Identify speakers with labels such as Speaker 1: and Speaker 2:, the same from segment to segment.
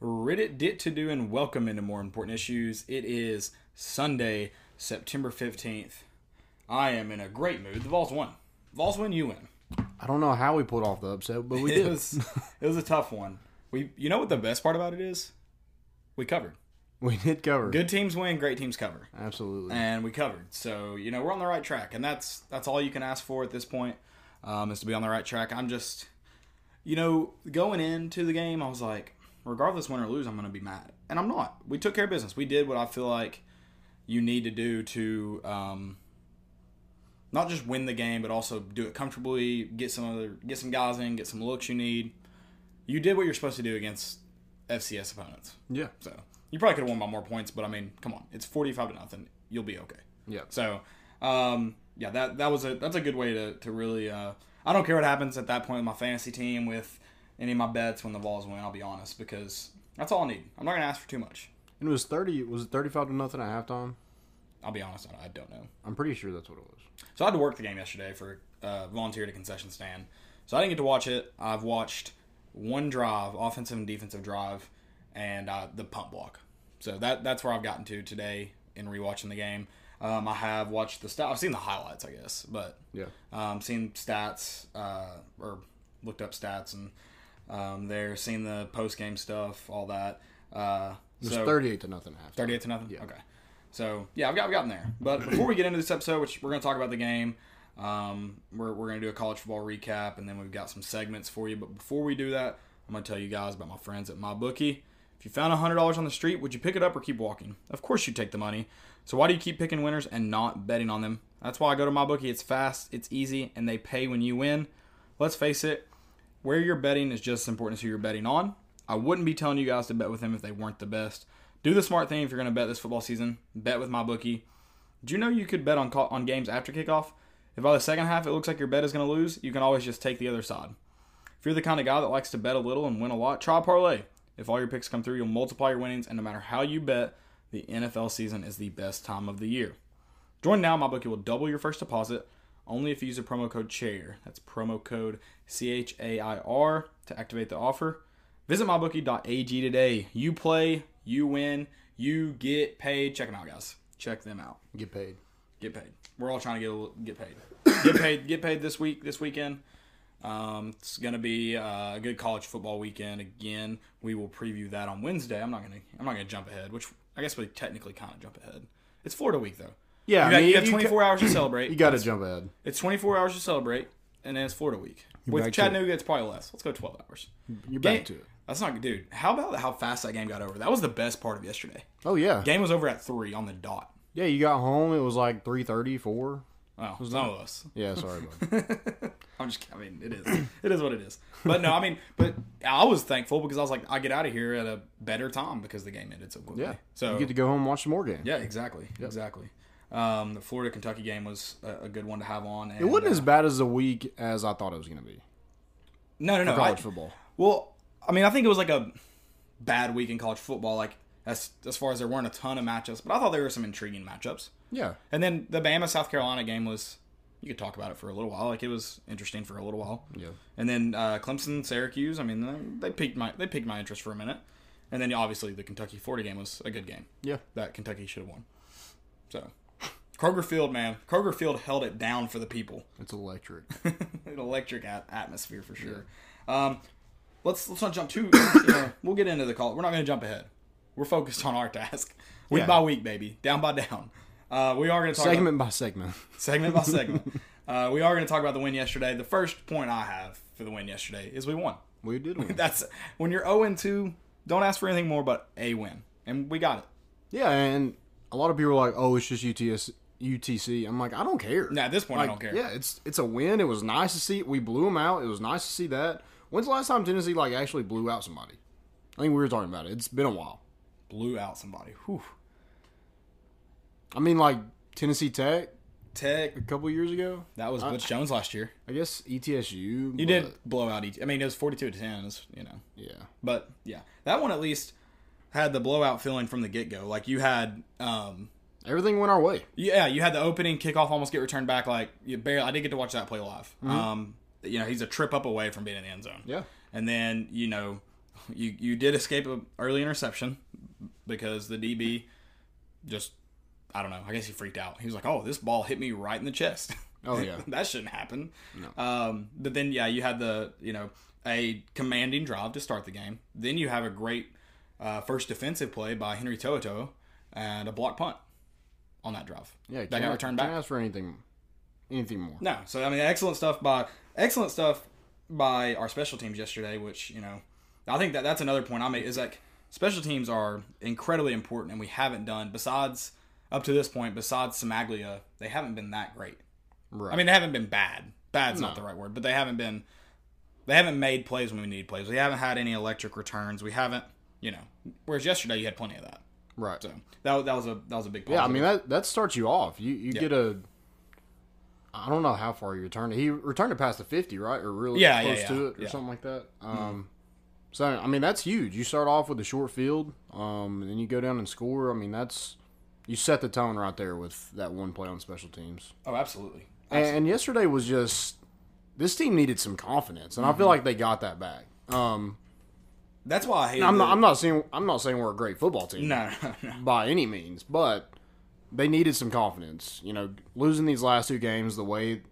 Speaker 1: Reddit Dit to Do, and welcome into More Important Issues. It is Sunday, September 15th. I am in a great mood. The Vols won. Vols win, you win.
Speaker 2: I don't know how we pulled off the upset, but we
Speaker 1: It
Speaker 2: did.
Speaker 1: was, it was a tough one. We, You know what the best part about it is? We covered.
Speaker 2: We did cover.
Speaker 1: Good teams win, great teams cover.
Speaker 2: Absolutely.
Speaker 1: and we covered. So you know we're on the right track, and that's that's all you can ask for at this point um, is to be on the right track. I'm just, you know, going into the game, I was like, regardless win or lose, I'm going to be mad, and I'm not. We took care of business. We did what I feel like you need to do to um, not just win the game, but also do it comfortably. Get some other, get some guys in, get some looks you need. You did what you're supposed to do against FCS opponents.
Speaker 2: Yeah.
Speaker 1: So you probably could have won by more points, but I mean, come on, it's forty-five to nothing. You'll be okay.
Speaker 2: Yeah.
Speaker 1: So, um, yeah, that that was a that's a good way to to really. Uh, I don't care what happens at that point with my fantasy team with any of my bets when the Vols win. I'll be honest because that's all I need. I'm not gonna ask for too much.
Speaker 2: And it was thirty. Was it thirty-five to nothing at halftime?
Speaker 1: I'll be honest, I I don't know.
Speaker 2: I'm pretty sure that's what it was.
Speaker 1: So I had to work the game yesterday for uh, volunteer at a concession stand. So I didn't get to watch it. I've watched one drive, offensive and defensive drive, and uh, the pump block. So that that's where I've gotten to today in rewatching the game. Um, I have watched the stat. I've seen the highlights, I guess, but
Speaker 2: Yeah.
Speaker 1: um, seen stats uh, or looked up stats and um, there, seen the post game stuff, all that. Uh,
Speaker 2: It was
Speaker 1: so-
Speaker 2: thirty-eight to nothing at halftime.
Speaker 1: 38 to nothing? Okay. So, yeah, I've, got, I've gotten there. But before we get into this episode, which we're going to talk about the game, um, we're, we're going to do a college football recap, and then we've got some segments for you. But before we do that, I'm going to tell you guys about my friends at MyBookie. If you found $100 on the street, would you pick it up or keep walking? Of course you take the money. So why do you keep picking winners and not betting on them? That's why I go to MyBookie. It's fast, it's easy, and they pay when you win. Let's face it, where you're betting is just as important as who you're betting on. I wouldn't be telling you guys to bet with them if they weren't the best. Do the smart thing if you're going to bet this football season. Bet with my bookie. Do you know you could bet on call, on games after kickoff? If by the second half it looks like your bet is going to lose, you can always just take the other side. If you're the kind of guy that likes to bet a little and win a lot, try parlay. If all your picks come through, you'll multiply your winnings, and no matter how you bet, the NFL season is the best time of the year. Join now. My bookie will double your first deposit only if you use the promo code CHAIR. That's promo code C H A I R to activate the offer. Visit mybookie.ag today. You play, you win, you get paid. Check them out, guys. Check them out.
Speaker 2: Get paid.
Speaker 1: Get paid. We're all trying to get a little, get paid. Get paid. Get paid this week. This weekend. Um, it's gonna be uh, a good college football weekend again. We will preview that on Wednesday. I'm not gonna. I'm not gonna jump ahead, which I guess we technically kind of jump ahead. It's Florida week though.
Speaker 2: Yeah.
Speaker 1: You,
Speaker 2: I
Speaker 1: got,
Speaker 2: mean,
Speaker 1: you have
Speaker 2: you ca-
Speaker 1: 24 hours to celebrate.
Speaker 2: You got to jump ahead.
Speaker 1: It's 24 hours to celebrate, and then it's Florida week.
Speaker 2: back
Speaker 1: With
Speaker 2: to-
Speaker 1: Chattanooga, it's probably less. Let's go 12 hours.
Speaker 2: You're
Speaker 1: Game-
Speaker 2: back to it.
Speaker 1: That's not good, dude. How about how fast that game got over? That was the best part of yesterday.
Speaker 2: Oh yeah.
Speaker 1: Game was over at three on the dot.
Speaker 2: Yeah. You got home. It was like three thirty, four.
Speaker 1: Oh, some of us.
Speaker 2: Yeah. Sorry, bud.
Speaker 1: I'm just. I mean, it is. It is what it is. But no, I mean, but I was thankful because I was like, I get out of here at a better time because the game ended so quickly.
Speaker 2: Yeah.
Speaker 1: So
Speaker 2: you get to go home and watch some more games.
Speaker 1: yeah, exactly, exactly. Um, the Florida Kentucky game was a, a good one to have on. And, uh,
Speaker 2: It wasn't as bad as the week as I thought it was going to be.
Speaker 1: no, no, no.
Speaker 2: College
Speaker 1: I-
Speaker 2: football.
Speaker 1: Well, I mean, I think it was like a bad week in college football. Like as as far as there weren't a ton of matchups, but I thought there were some intriguing matchups.
Speaker 2: Yeah.
Speaker 1: And then the Bama South Carolina game was you could talk about it for a little while. Like it was interesting for a little while.
Speaker 2: Yeah.
Speaker 1: And then uh, Clemson Syracuse. I mean, they, they piqued my they piqued my interest for a minute. And then obviously the Kentucky Florida game was a good game
Speaker 2: Yeah.
Speaker 1: that Kentucky should have won. So Kroger Field, man, Kroger Field held it down for the people.
Speaker 2: It's electric.
Speaker 1: an electric at- atmosphere for sure. Um, let's let's not jump too. you know, we'll get into the call. We're not going to jump ahead. We're focused on our task, week
Speaker 2: Yeah.
Speaker 1: by week, baby, down by down. Uh, we are going to talk
Speaker 2: segment by segment.
Speaker 1: about, segment by segment. Uh, we are going to talk about the win yesterday. The first point I have for the win yesterday is we won.
Speaker 2: We did win.
Speaker 1: That's when you're 0 and 2. Don't ask for anything more but a win, and we got it.
Speaker 2: Yeah, and a lot of people are like, "Oh, it's just UTS, UTC." I'm like, I don't care.
Speaker 1: Now, at this point,
Speaker 2: Like,
Speaker 1: I don't care.
Speaker 2: Yeah, it's it's a win. It was nice to see. We blew them out. It was nice to see that. When's the last time Tennessee like actually blew out somebody? I think we were talking about it. It's been a while.
Speaker 1: Blew out somebody. Whew.
Speaker 2: I mean, like Tennessee Tech
Speaker 1: Tech.
Speaker 2: a couple years ago.
Speaker 1: That was Butch Jones last year.
Speaker 2: I guess E ETSU. You
Speaker 1: He did blow out each. I mean, it was 42 to 10. It's, you know.
Speaker 2: Yeah.
Speaker 1: But yeah, that one at least had the blowout feeling from the get go. Like you had, um,
Speaker 2: Everything went our way.
Speaker 1: yeah, you had the opening kickoff almost get returned back. Like you barely, I did get to watch that play live. Um, you know, he's a trip up away from being in the end zone.
Speaker 2: Yeah.
Speaker 1: And then you know, you you did escape an early interception because the DB just I don't know. I guess he freaked out. He was like, "Oh, this ball hit me right in the chest."
Speaker 2: Oh, yeah.
Speaker 1: that shouldn't happen.
Speaker 2: No.
Speaker 1: Um, but then yeah, you had the you know a commanding drive to start the game. Then you have a great uh, first defensive play by Henry Toto and a block punt on that drive.
Speaker 2: Yeah,
Speaker 1: that got returned back.
Speaker 2: Can't ask for anything, anything more.
Speaker 1: No, so I mean, excellent stuff by excellent stuff by our special teams yesterday. Which you know, I think that that's another point I make is like special teams are incredibly important, and we haven't done besides up to this point. Besides Samaglia, they haven't been that great.
Speaker 2: Right.
Speaker 1: I mean, they haven't been bad. Bad's not
Speaker 2: No.
Speaker 1: the right word, but they haven't been. They haven't made plays when we need plays. We haven't had any electric returns. We haven't, you know. Whereas yesterday you had plenty of that.
Speaker 2: right.
Speaker 1: So that, wa- that was a that was a big. Positive.
Speaker 2: Yeah, I mean that that starts you off. You you get a. I don't know how far he returned. it. He returned it past the fifty, right, or really
Speaker 1: Yeah, yeah,
Speaker 2: close
Speaker 1: yeah,
Speaker 2: to it, or
Speaker 1: yeah. Mm-hmm.
Speaker 2: something like that. Um, so I mean that's huge. You start off with a short field, um, and then you go down and score. I mean that's you set the tone right there with that one play on special teams.
Speaker 1: oh, absolutely.
Speaker 2: And, and yesterday was just this team needed some confidence, and I
Speaker 1: Mm-hmm.
Speaker 2: feel like they got that back. Um,
Speaker 1: That's why I hate.
Speaker 2: I'm
Speaker 1: the,
Speaker 2: not. I'm not saying. I'm not saying we're a great football team
Speaker 1: No, no, no.
Speaker 2: by any means, but they needed some confidence. You know, losing these last two games the way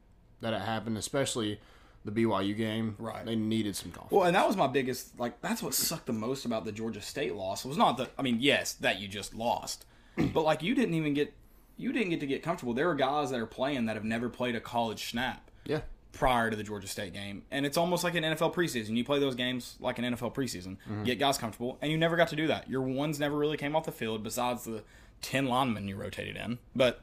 Speaker 2: that it happened, especially the BYU game,
Speaker 1: Right.
Speaker 2: They needed some confidence.
Speaker 1: Well, and that was my biggest like that's what sucked the most about the Georgia State loss was not that I mean, yes, that you just lost. But like you didn't even get you didn't get to get comfortable. There are guys that are playing that have never played a college snap
Speaker 2: yeah,
Speaker 1: prior to the Georgia State game. And it's almost like an NFL preseason. You play those games like an NFL preseason. Get guys comfortable, and you never got to do that. Your ones never really came off the field besides the 10 linemen you rotated in. But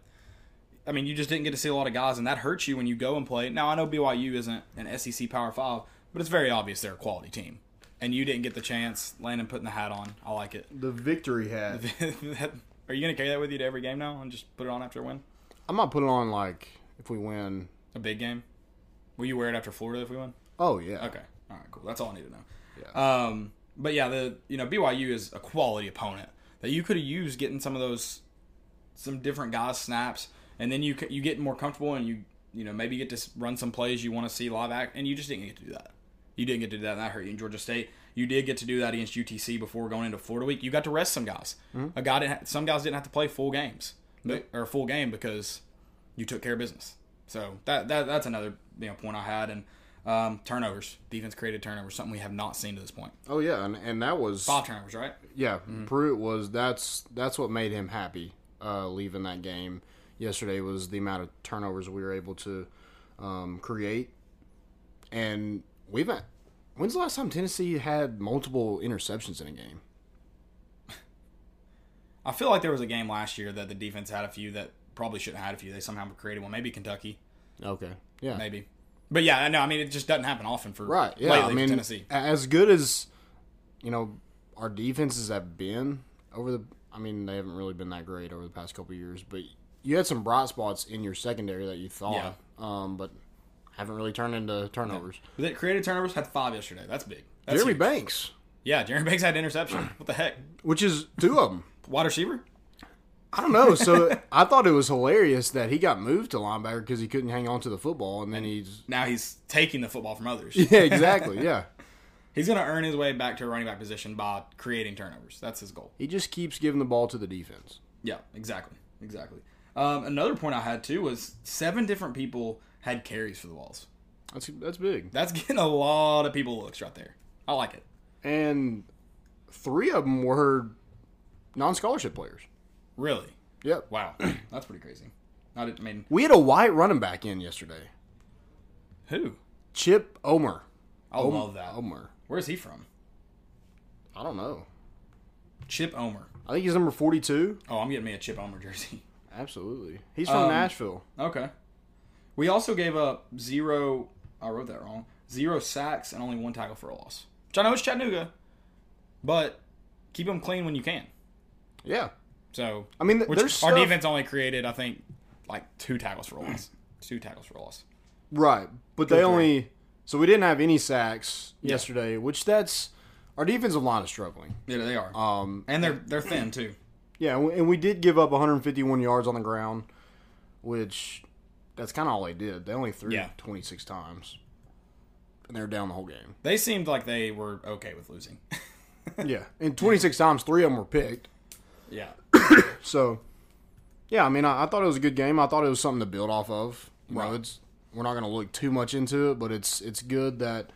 Speaker 1: I mean, you just didn't get to see a lot of guys, and that hurts you when you go and play. Now, I know BYU isn't an SEC Power 5, but it's very obvious they're a quality team. And you didn't get the chance. Landon putting the hat on. I like it.
Speaker 2: the victory hat.
Speaker 1: That- are you going to carry that with you to every game now and just put it on after a win?
Speaker 2: I might put it on like if we win.
Speaker 1: A big game? Will you wear it after Florida if we win?
Speaker 2: Oh yeah,
Speaker 1: Okay. All right. Cool. That's all I need to know. Um, but yeah, the you know BYU is a quality opponent that you could have used getting some of those, some different guys snaps, and then you c- you get more comfortable and you you know maybe get to s- run some plays you want to see live act, and you just didn't get to do that. You didn't get to do that, and that hurt you in Georgia State. You did get to do that against UTC before going into Florida week. You got to rest some guys. A guy didn't ha- some guys didn't have to play full games or a full game because you took care of business. So that, that that's another you know point I had and um, turnovers, defense created turnovers, something we have not seen to this point.
Speaker 2: Oh yeah, and, and that was
Speaker 1: Five turnovers, right?
Speaker 2: yeah. Pruitt was that's that's what made him happy uh, leaving that game yesterday was the amount of turnovers we were able to um, create, and we've had, when's the last time Tennessee had multiple interceptions in a game?
Speaker 1: I feel like there was a game last year that the defense had a few that probably shouldn't have had a few. They somehow created one. Maybe Kentucky,
Speaker 2: Okay, yeah,
Speaker 1: maybe. But yeah, I know. I mean, it just doesn't happen often for
Speaker 2: right, yeah.
Speaker 1: lately
Speaker 2: I
Speaker 1: for
Speaker 2: mean,
Speaker 1: Tennessee.
Speaker 2: a- as good as you know, our defenses have been over the. I mean, they haven't really been that great over the past couple of years, but you had some bright spots in your secondary that you thought,
Speaker 1: Yeah.
Speaker 2: um, but haven't really turned into turnovers.
Speaker 1: But it created turnovers had five yesterday. That's big. That's
Speaker 2: Jeremy
Speaker 1: huge.
Speaker 2: Banks,
Speaker 1: yeah, Jeremy Banks had an interception. What the heck?
Speaker 2: which is two of them.
Speaker 1: Wide receiver?
Speaker 2: I don't know. So I thought it was hilarious that he got moved to linebacker because he couldn't hang on to the football, and then he's
Speaker 1: Now he's taking the football from others.
Speaker 2: yeah, exactly, yeah.
Speaker 1: He's going to earn his way back to a running back position by creating turnovers. That's his goal.
Speaker 2: He just keeps giving the ball to the defense.
Speaker 1: Yeah, exactly, exactly. Um, another point I had too was seven different people had carries for the walls.
Speaker 2: That's that's big.
Speaker 1: That's getting a lot of people looks right there. I like it.
Speaker 2: and three of them were non-scholarship players.
Speaker 1: Really,
Speaker 2: Yep.
Speaker 1: wow, that's pretty crazy. I, didn't, I mean,
Speaker 2: We had a white running back in yesterday,
Speaker 1: who?
Speaker 2: Chip Omer.
Speaker 1: I love that.
Speaker 2: Omer.
Speaker 1: Where's he from?
Speaker 2: I don't know.
Speaker 1: Chip Omer.
Speaker 2: I think he's number forty-two.
Speaker 1: Oh, I'm getting me a Chip Omer jersey.
Speaker 2: Absolutely. He's from
Speaker 1: Um,
Speaker 2: Nashville.
Speaker 1: Okay. We also gave up zero. I wrote that wrong. Zero sacks and only one tackle for a loss. Which I know it's Chattanooga, but keep them clean when you can.
Speaker 2: Yeah.
Speaker 1: So
Speaker 2: I mean, th-
Speaker 1: Which
Speaker 2: there's
Speaker 1: our
Speaker 2: stuff-
Speaker 1: defense only created, I think, like two tackles for a loss. two tackles for a loss.
Speaker 2: right, but they
Speaker 1: three.
Speaker 2: only. So we didn't have any sacks yesterday, which that's our defensive line is struggling.
Speaker 1: Yeah, they are.
Speaker 2: Um,
Speaker 1: and they're they're thin too.
Speaker 2: yeah, and we- and we did give up 151 yards on the ground, which that's kind of all they did. They only threw
Speaker 1: Yeah.
Speaker 2: 26 times, and they were down the whole game.
Speaker 1: They seemed like they were okay with losing.
Speaker 2: yeah, and 26 times, three of them were picked.
Speaker 1: yeah.
Speaker 2: So, yeah, I mean, I, I thought it was a good game. I thought it was something to build off of. You know,
Speaker 1: Right.
Speaker 2: it's we're not going to look too much into it, but it's it's good that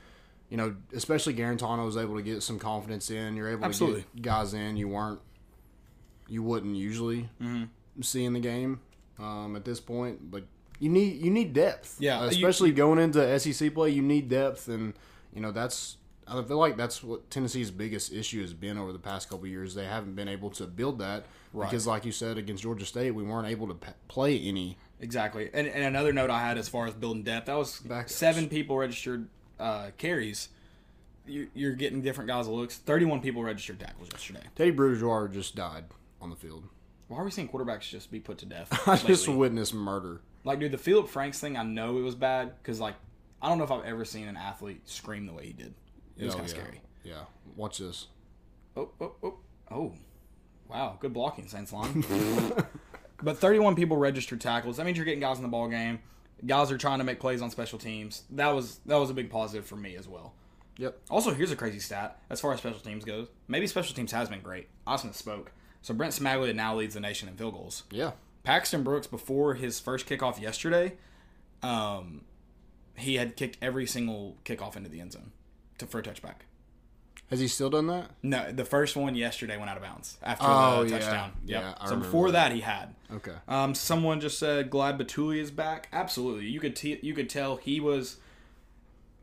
Speaker 2: you know, especially Garantano was able to get some confidence in. You're able
Speaker 1: Absolutely.
Speaker 2: to get guys in you weren't, you wouldn't usually see in the game um, at this point. But you need you need depth, Uh,
Speaker 1: Yeah, you-
Speaker 2: especially going into SEC play. You need depth, and you know that's. I feel like that's what Tennessee's biggest issue has been over the past couple of years. They haven't been able to build that
Speaker 1: Right.
Speaker 2: because, like you said, against Georgia State, we weren't able to p- play any.
Speaker 1: Exactly. And, and another note I had as far as building depth, that was
Speaker 2: Backups.
Speaker 1: seven people registered uh, carries. You're, you're getting different guys' looks. 31 people registered tackles yesterday.
Speaker 2: Teddy Bridgewater just died on the field.
Speaker 1: Why are we seeing quarterbacks just be put to death?
Speaker 2: I just
Speaker 1: lately?
Speaker 2: witnessed murder.
Speaker 1: like, dude, the Philip Franks thing, I know it was bad because, like, I don't know if I've ever seen an athlete scream the way he did. It was
Speaker 2: Oh,
Speaker 1: kind of
Speaker 2: yeah.
Speaker 1: scary.
Speaker 2: Yeah, watch this.
Speaker 1: Oh, oh, oh, oh. Wow, good blocking, Saints line. but 31 people registered tackles. That means you're getting guys in the ball game. Guys are trying to make plays on special teams. That was that was a big positive for me as well.
Speaker 2: Yep.
Speaker 1: Also, here's a crazy stat as far as special teams goes. Maybe special teams has been great. Austin spoke. So Brent Smaglia now leads the nation in field goals.
Speaker 2: Yeah.
Speaker 1: Paxton Brooks before his first kickoff yesterday, um, he had kicked every single kickoff into the end zone to, for a touchback.
Speaker 2: Has he still done that?
Speaker 1: No, the first one yesterday went out of bounds after
Speaker 2: Oh,
Speaker 1: the
Speaker 2: yeah.
Speaker 1: touchdown. Yep.
Speaker 2: Yeah, I
Speaker 1: so
Speaker 2: remember
Speaker 1: before that. he had.
Speaker 2: Okay.
Speaker 1: Um, someone just said Glad Batuli is back. Absolutely, you could t- you could tell he was.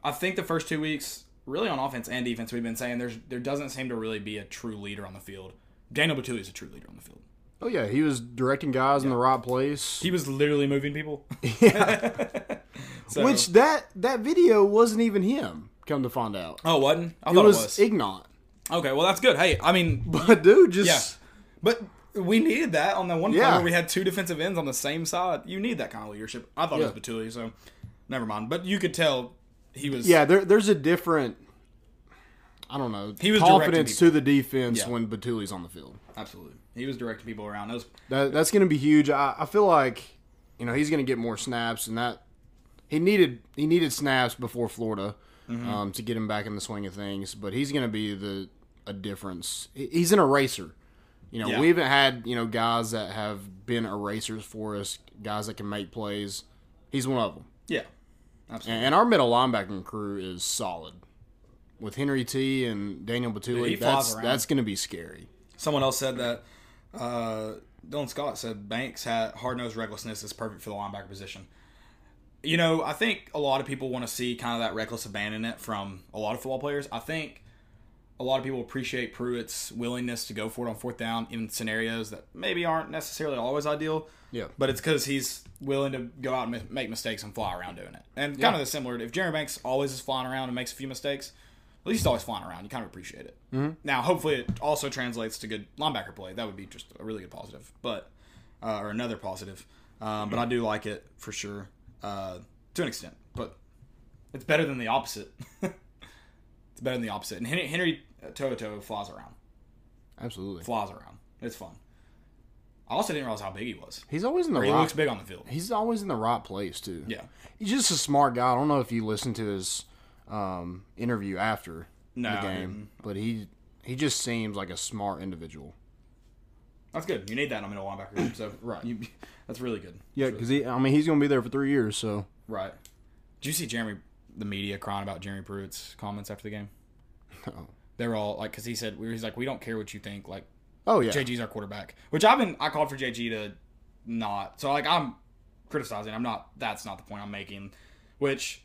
Speaker 1: I think the first two weeks, really on offense and defense, we've been saying there's there doesn't seem to really be a true leader on the field. Daniel Batuli is a true leader on the field.
Speaker 2: Oh yeah, he was directing guys in the right place.
Speaker 1: He was literally moving people. So-
Speaker 2: Which that that video wasn't even him. Come to find out,
Speaker 1: oh, wasn't I
Speaker 2: it
Speaker 1: thought
Speaker 2: was,
Speaker 1: it was.
Speaker 2: Ignat.
Speaker 1: okay, well that's good. Hey, I mean,
Speaker 2: But dude,
Speaker 1: yeah,
Speaker 2: just
Speaker 1: but we needed that on that one play
Speaker 2: Yeah.
Speaker 1: where we had two defensive ends on the same side. You need that kind of leadership. I thought it
Speaker 2: Yeah.
Speaker 1: was Batuli, so never mind. But you could tell he was.
Speaker 2: yeah, there, there's a different. I don't know.
Speaker 1: He was
Speaker 2: confidence
Speaker 1: directing
Speaker 2: to the defense
Speaker 1: Yeah.
Speaker 2: when Batuli's on the field.
Speaker 1: Absolutely. He was directing people around. That was
Speaker 2: That, that's going to be huge. I, I feel like you know he's going to get more snaps, and that he needed he needed snaps before Florida
Speaker 1: Mm-hmm.
Speaker 2: um, to get him back in the swing of things. But he's going to be the a difference. He- He's an eraser. You know,
Speaker 1: Yeah.
Speaker 2: we haven't had you know guys that have been erasers for us, guys that can make plays. He's one of them,
Speaker 1: yeah.
Speaker 2: and, and our middle linebacking crew is solid. With Henry T and Daniel
Speaker 1: he
Speaker 2: Batuli,
Speaker 1: flies
Speaker 2: that's
Speaker 1: around.
Speaker 2: that's going to be scary.
Speaker 1: Someone else said that uh, Dylan Scott said Banks had hard nosed recklessness is perfect for the linebacker position. You know, I think a lot of people want to see kind of that reckless abandonment from a lot of football players. I think a lot of people appreciate Pruitt's willingness to go for it on fourth down in scenarios that maybe aren't necessarily always ideal.
Speaker 2: Yeah.
Speaker 1: But it's because he's willing to go out and mi- make mistakes and fly around doing it. And kind of the similar, if Jeremy Banks always is flying around and makes a few mistakes, at least always flying around, you kind of appreciate it. Mm-hmm. Now, hopefully, it also translates to good linebacker play. That would be just a really good positive, but uh, or another positive. Um, but I do like it for sure uh, to an extent, but it's better than the opposite. it's better than the opposite. And Henry, Henry Toto flies around,
Speaker 2: Absolutely.
Speaker 1: flies around. It's fun. I also didn't realize how big he was.
Speaker 2: He's always in the
Speaker 1: He
Speaker 2: right
Speaker 1: looks big on the field.
Speaker 2: He's always in the right place too.
Speaker 1: Yeah.
Speaker 2: he's just a smart guy. I don't know if you listened to his um, interview after
Speaker 1: No,
Speaker 2: the
Speaker 1: I
Speaker 2: game, but he he just seems like a smart individual.
Speaker 1: That's good. You need that in a middle linebacker. group, So
Speaker 2: Right.
Speaker 1: you, that's really good.
Speaker 2: Yeah, because he, I mean, he's going to be there for three years. So
Speaker 1: Right. Did you see Jeremy, the media crying about Jeremy Pruitt's comments after the game?
Speaker 2: No.
Speaker 1: They were all like, because he said, he's like, we don't care what you think. Like,
Speaker 2: oh yeah,
Speaker 1: JG's our quarterback, which I've been, I called for JG to not. So, like, I'm criticizing. I'm not, that's not the point I'm making, which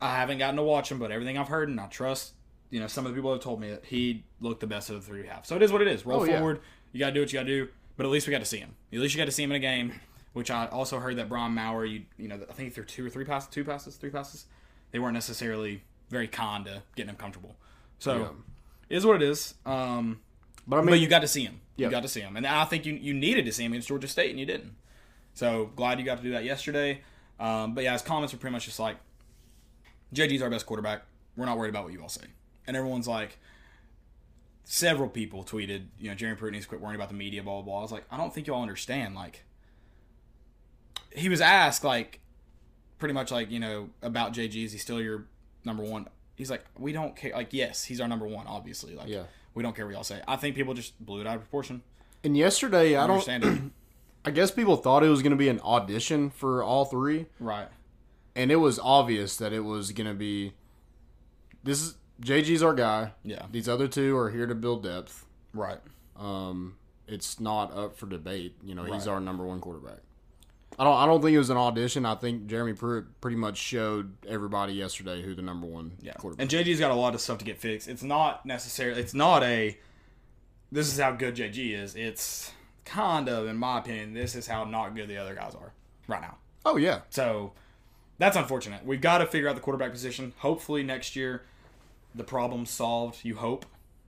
Speaker 1: I haven't gotten to watch him, but everything I've heard and I trust, you know, some of the people have told me that he looked the best of the three we have. So it is what it is. Roll
Speaker 2: Oh, yeah.
Speaker 1: forward. You got to do what you got to do, but at least we got to see him. At least you got to see him in a game, which I also heard that Brian Maurer, you, you know, I think he threw two or three passes, two passes, three passes. They weren't necessarily very kind to getting him comfortable. So it is what it is. Um,
Speaker 2: but I
Speaker 1: but
Speaker 2: mean,
Speaker 1: you got to see him.
Speaker 2: Yeah.
Speaker 1: You got to see him, and I think you you needed to see him against Georgia State, and you didn't. So glad you got to do that yesterday. Um, but yeah, his comments were pretty much just like, "JG's our best quarterback. We're not worried about what you all say." And everyone's like, several people tweeted, you know, Jeremy Pruitt needs to quit worrying about the media, blah blah blah. I was like, I don't think y'all understand. Like, he was asked like, pretty much like you know about JG, is he still your number one he's like, we don't care. Like, yes, he's our number one, obviously. Like,
Speaker 2: Yeah.
Speaker 1: we don't care what y'all say. I think people just blew it out of proportion.
Speaker 2: And yesterday, I don't.
Speaker 1: Understand it,
Speaker 2: I guess people thought it was going to be an audition for all three,
Speaker 1: right?
Speaker 2: and it was obvious that it was going to be. This is JG's our guy.
Speaker 1: Yeah,
Speaker 2: These other two are here to build depth.
Speaker 1: right.
Speaker 2: Um, it's not up for debate. You know, he's
Speaker 1: Right.
Speaker 2: our number one quarterback. I don't. I don't think it was an audition. I think Jeremy Pruitt pretty much showed everybody yesterday who the number one
Speaker 1: Yeah.
Speaker 2: quarterback.
Speaker 1: And JG's got a lot of stuff to get fixed. It's not necessarily it's not a this is how good JG is. It's kind of in my opinion this is how not good the other guys are right now.
Speaker 2: Oh yeah,
Speaker 1: So that's unfortunate. We've got to figure out the quarterback position. Hopefully next year the problem's solved, you hope.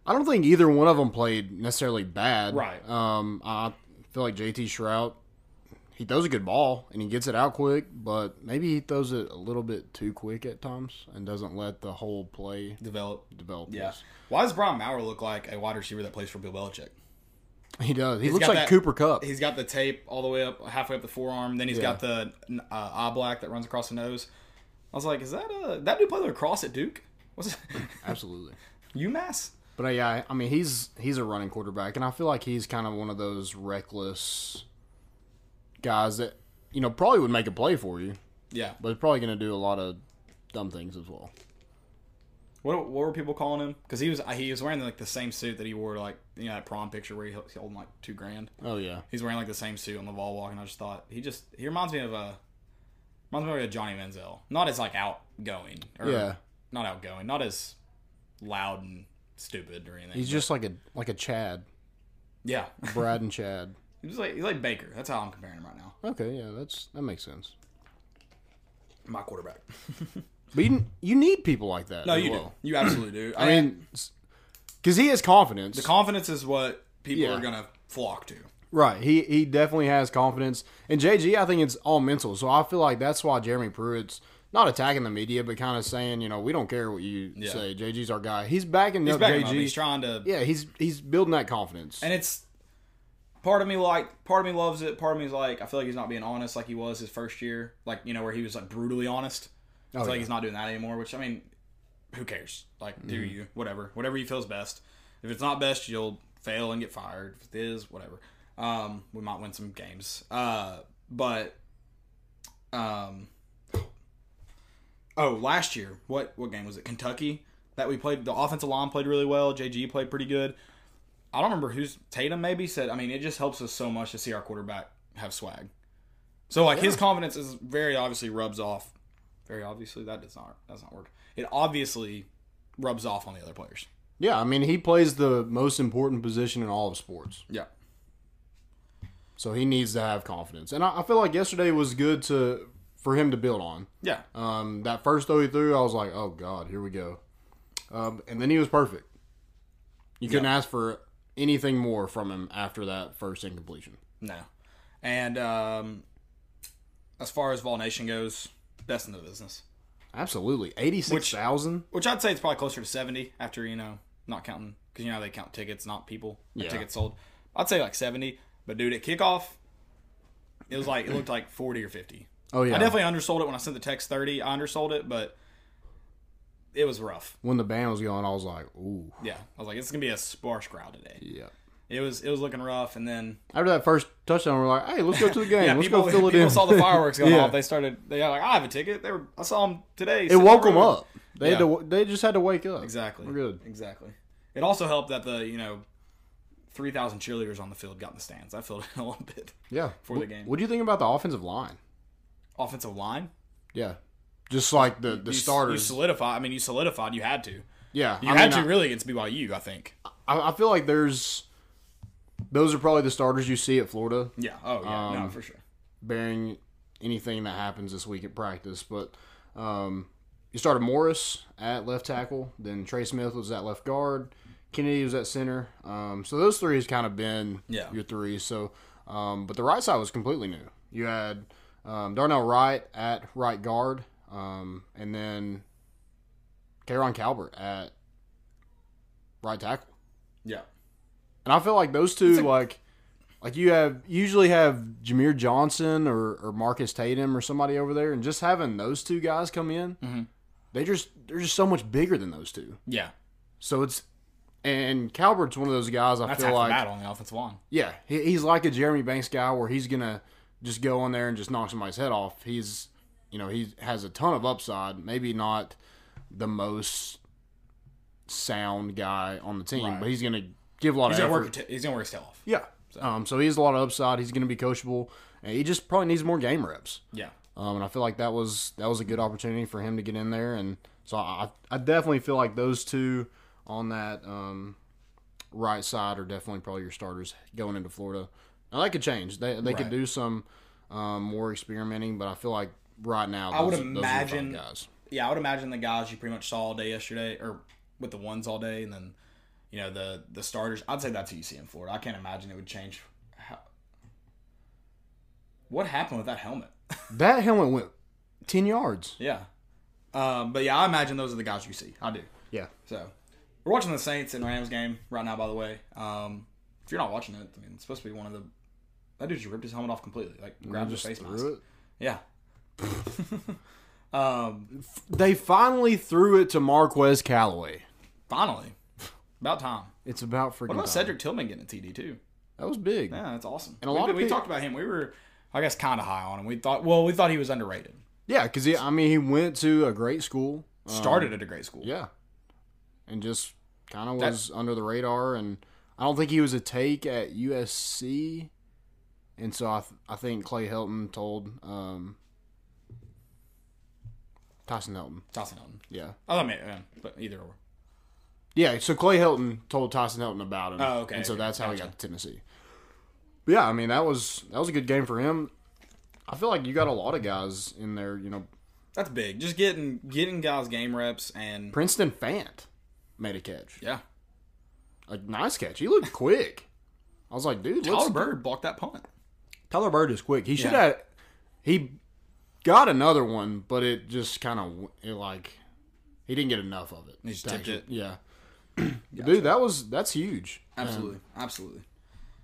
Speaker 2: I don't think either one of them played necessarily bad.
Speaker 1: Right.
Speaker 2: Um, I feel like JT Shrout, he throws a good ball and he gets it out quick, but maybe he throws it a little bit too quick at times and doesn't let the whole play
Speaker 1: Develop.
Speaker 2: develop.
Speaker 1: Yeah. Why does Brian Maurer look like a wide receiver that plays for Bill Belichick?
Speaker 2: He does. He looks
Speaker 1: got
Speaker 2: like
Speaker 1: that-
Speaker 2: Cooper Cup.
Speaker 1: He's got the tape all the way up, halfway up the forearm. Then he's
Speaker 2: Yeah.
Speaker 1: got the uh, eye black that runs across the nose. I was like, is that a that dude played lacrosse at Duke? Was
Speaker 2: Absolutely.
Speaker 1: UMass?
Speaker 2: But uh, yeah, I mean he's he's a running quarterback, and I feel like he's kind of one of those reckless guys that you know probably would make a play for you,
Speaker 1: Yeah.
Speaker 2: but he's probably going to do a lot of dumb things as well.
Speaker 1: What, what were people calling him? Because he was he was wearing like the same suit that he wore like you know that prom picture where he held- he holding like two grand.
Speaker 2: Oh yeah.
Speaker 1: He's wearing like the same suit on the ball walk, and I just thought he just he reminds me of a reminds me of a Johnny Manziel. Not as like outgoing. Or
Speaker 2: Yeah.
Speaker 1: Not outgoing. Not as loud and stupid or anything.
Speaker 2: He's
Speaker 1: but-
Speaker 2: just like a like a Chad,
Speaker 1: yeah.
Speaker 2: Brad and Chad.
Speaker 1: he's like he's like Baker. That's how I'm comparing him right now.
Speaker 2: Okay, yeah, that's that makes sense.
Speaker 1: my quarterback.
Speaker 2: But you, you need people like that.
Speaker 1: No,
Speaker 2: as
Speaker 1: you
Speaker 2: well.
Speaker 1: do. You absolutely do.
Speaker 2: I mean, because he has confidence.
Speaker 1: the confidence is what people
Speaker 2: Yeah.
Speaker 1: are gonna flock to.
Speaker 2: right, he he definitely has confidence. And JG, I think it's all mental. So I feel like that's why Jeremy Pruitt's not attacking the media, but kind of saying, you know, we don't care what you
Speaker 1: Yeah.
Speaker 2: say. JG's our guy. He's backing
Speaker 1: He's
Speaker 2: up
Speaker 1: backing
Speaker 2: JG.
Speaker 1: up. He's trying to,
Speaker 2: yeah, he's he's building that confidence.
Speaker 1: and it's part of me like part of me loves it. Part of me is like I feel like he's not being honest like he was his first year, like you know where he was like brutally honest. I
Speaker 2: Oh,
Speaker 1: feel like
Speaker 2: yeah.
Speaker 1: he's not doing that anymore. Which I mean, who cares? Like do
Speaker 2: Mm-hmm.
Speaker 1: you whatever whatever you feel is best. If it's not best, you'll fail and get fired. If it is, whatever. Um, we might win some games. Uh, but um. Oh, last year, what what game was it? Kentucky that we played. The offensive line played really well. JG played pretty good. I don't remember who's Tatum maybe said. I mean, it just helps us so much to see our quarterback have swag. So like his confidence is very obviously rubs off. Very obviously that does not that's not work. It obviously rubs off on the other players.
Speaker 2: yeah, I mean, he plays the most important position in all of sports.
Speaker 1: Yeah.
Speaker 2: So he needs to have confidence. And I, I feel like yesterday was good to for him to build on.
Speaker 1: Yeah.
Speaker 2: Um, that first throw he threw, I was like, oh god, here we go. Um, and then he was perfect. You couldn't ask for anything more from him after that first incompletion.
Speaker 1: No. And um, as far as Vol Nation goes, best in the business.
Speaker 2: Absolutely, eighty six thousand.
Speaker 1: Which I'd say it's probably closer to 70 after, you know, not counting, because, you know, they count tickets, not people, or
Speaker 2: Yeah.
Speaker 1: tickets sold. I'd say like 70. But, dude, at kickoff, it was like, it looked like 40 or 50.
Speaker 2: Oh yeah,
Speaker 1: I definitely undersold it when I sent the text 30. I undersold it, but it was rough.
Speaker 2: When the band was going, I was like, ooh,
Speaker 1: Yeah. I was like, it's going to be a sparse crowd today.
Speaker 2: yeah.
Speaker 1: It was, it was looking rough. And then,
Speaker 2: After that first touchdown, we're like, hey, let's go to the game.
Speaker 1: yeah,
Speaker 2: let's
Speaker 1: people,
Speaker 2: go fill it
Speaker 1: people
Speaker 2: in.
Speaker 1: saw the fireworks going
Speaker 2: Yeah.
Speaker 1: off. They started, they were like, I have a ticket. They were, I saw them today.
Speaker 2: it
Speaker 1: sitting
Speaker 2: woke
Speaker 1: on
Speaker 2: them
Speaker 1: the road.
Speaker 2: up. They had
Speaker 1: Yeah.
Speaker 2: to. They just had to wake up.
Speaker 1: Exactly.
Speaker 2: We're good.
Speaker 1: Exactly. It also helped that the, you know, 3,000 cheerleaders on the field got in the stands. That filled in a little bit.
Speaker 2: Yeah.
Speaker 1: For
Speaker 2: Wh-
Speaker 1: the game.
Speaker 2: What do you think about the offensive line?
Speaker 1: Offensive line.
Speaker 2: Yeah. Just like the the
Speaker 1: you, You
Speaker 2: starters.
Speaker 1: solidified. I mean, you solidified. You had to. You
Speaker 2: yeah. I
Speaker 1: had
Speaker 2: mean,
Speaker 1: to really against BYU, I think.
Speaker 2: I, I feel like there's those are probably the starters you see at Florida,
Speaker 1: Yeah. Oh, yeah.
Speaker 2: Um,
Speaker 1: no, for sure.
Speaker 2: bearing anything that happens this week at practice. But um, you started Morris at left tackle, then Trey Smith was at left guard, Kennedy was at center. Um, so those three has kind of been
Speaker 1: Yeah.
Speaker 2: your three. So, um, but the right side was completely new. You had um, Darnell Wright at right guard, um, and then Karon Calvert at right tackle.
Speaker 1: Yeah.
Speaker 2: And I feel like those two, like, like you have usually have Jameer Johnson or, or Marcus Tatum or somebody over there, and just having those two guys come in, They just they're just so much bigger than those two.
Speaker 1: Yeah,
Speaker 2: So it's and Calvert's one of those guys I
Speaker 1: that's
Speaker 2: feel
Speaker 1: half
Speaker 2: like
Speaker 1: the battle on the offensive line.
Speaker 2: yeah, he, he's like a Jeremy Banks guy where he's gonna just go in there and just knock somebody's head off. He's, you know, he has a ton of upside. Maybe not the most sound guy on the team,
Speaker 1: Right.
Speaker 2: but he's gonna give a lot
Speaker 1: He's
Speaker 2: of
Speaker 1: gonna
Speaker 2: effort.
Speaker 1: work. his- He's gonna work his tail off.
Speaker 2: yeah. Um. So he has a lot of upside. He's gonna be coachable, and he just probably needs more game reps.
Speaker 1: Yeah,
Speaker 2: Um, and I feel like that was that was a good opportunity for him to get in there, and so I I definitely feel like those two on that um, right side are definitely probably your starters going into Florida. Now that could change. They they
Speaker 1: Right.
Speaker 2: could do some um, more experimenting, but I feel like right now
Speaker 1: would
Speaker 2: those, those are the five
Speaker 1: imagine-
Speaker 2: guys.
Speaker 1: yeah. I would imagine the guys you pretty much saw all day yesterday, or with the ones all day, and then you know the the starters. I'd say that's who you see in Florida. I can't imagine it would change. How... What happened with that helmet?
Speaker 2: That helmet went ten yards.
Speaker 1: yeah, um, but yeah, I imagine those are the guys you see. I do.
Speaker 2: Yeah,
Speaker 1: So we're watching the Saints and Rams game right now. By the way, um, if you're not watching it, I mean, it's supposed to be one of the that dude just ripped his helmet off completely, like grabbed his
Speaker 2: just
Speaker 1: face mask.
Speaker 2: threw it.
Speaker 1: Yeah. um,
Speaker 2: They finally threw it to Marquez Callaway.
Speaker 1: finally, about time.
Speaker 2: It's about freaking.
Speaker 1: What about
Speaker 2: time.
Speaker 1: Cedric Tillman getting a TD too?
Speaker 2: That was big.
Speaker 1: Yeah, that's awesome.
Speaker 2: And a
Speaker 1: we,
Speaker 2: lot of
Speaker 1: we
Speaker 2: peo-
Speaker 1: talked about him. We were, I guess, kind of high on him. We thought, well, we thought he was underrated.
Speaker 2: Yeah, because he I mean he went to a great school. Um,
Speaker 1: Started at a great school.
Speaker 2: Yeah. And just kind of was under the radar. And I don't think he was a take at USC. And so I, th- I think Clay Helton told um, Tyson Helton.
Speaker 1: Tyson Hilton.
Speaker 2: Yeah.
Speaker 1: I thought maybe, yeah, but either or.
Speaker 2: Yeah. So Clay Helton told Tyson Helton about him.
Speaker 1: Oh, okay,
Speaker 2: And so
Speaker 1: okay,
Speaker 2: that's how he
Speaker 1: gotcha.
Speaker 2: got to Tennessee. But yeah, I mean, that was that was a good game for him. I feel like you got a lot of guys in there. You know,
Speaker 1: That's big. Just getting getting guys game reps and
Speaker 2: Princeton Fant made a catch.
Speaker 1: yeah,
Speaker 2: A nice catch. He looked quick. I was like, dude,
Speaker 1: Tyler
Speaker 2: let's-
Speaker 1: Bird blocked that punt.
Speaker 2: Tyler Bird is quick. He should have. He got another one, but it just kind of it like he didn't get enough of it.
Speaker 1: He just
Speaker 2: To
Speaker 1: tipped
Speaker 2: actually-
Speaker 1: it.
Speaker 2: Yeah. Dude, that was that's huge.
Speaker 1: Absolutely, absolutely.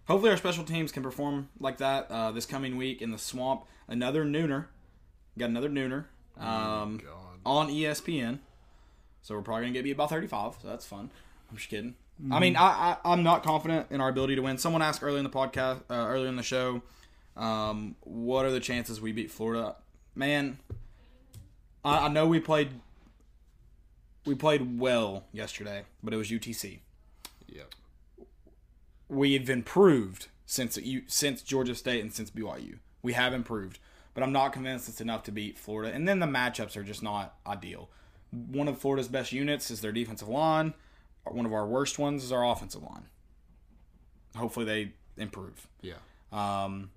Speaker 1: Hopefully, our special teams can perform like that uh, this coming week in the swamp. Another nooner, got another nooner um,
Speaker 2: God.
Speaker 1: on ESPN. So we're probably gonna get beat by thirty-five. So that's fun. I'm just kidding. I mean, I, I I'm not confident in our ability to win. Someone asked earlier in the podcast, uh, earlier in the show, um, what are the chances we beat Florida? Man, I, I know we played we played well yesterday, but it was UTC
Speaker 2: Yep.
Speaker 1: we have improved since you since Georgia State and since BYU. We have improved, but I'm not convinced it's enough to beat Florida. And then the matchups are just not ideal. One of Florida's best units is their defensive line. One of our worst ones is our offensive line. Hopefully they improve.
Speaker 2: Yeah.
Speaker 1: Um,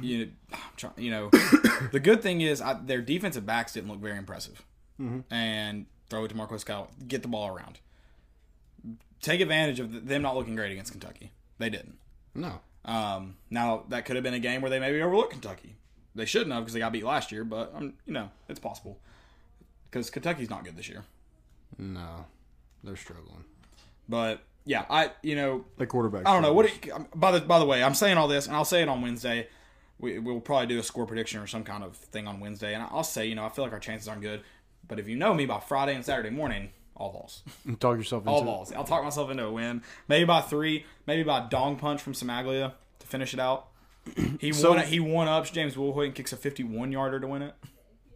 Speaker 1: you, know, I'm try- you know, the good thing is I, their defensive backs didn't look very impressive. And throw it to Marquez Kyle, get the ball around. Take advantage of th- them not looking great against Kentucky. They didn't.
Speaker 2: No.
Speaker 1: Um, now that could have been a game where they maybe overlooked Kentucky. They shouldn't have because they got beat last year, but um, you know it's possible because Kentucky's not good this year.
Speaker 2: No. They're struggling.
Speaker 1: But yeah, I you know
Speaker 2: The quarterback.
Speaker 1: I don't know what. It, um, by the by the way, I'm saying all this, and I'll say it on Wednesday. We, we'll probably do a score prediction or some kind of thing on Wednesday, and I'll say, you know, I feel like our chances aren't good. But if you know me, by Friday and Saturday morning, all balls,
Speaker 2: talk yourself into.
Speaker 1: all
Speaker 2: it.
Speaker 1: balls. I'll talk myself into a win, maybe by three, maybe by a dong punch from Samaglia to finish it out. He won. He won up. James Woolhoy and kicks a 51 yarder to win it.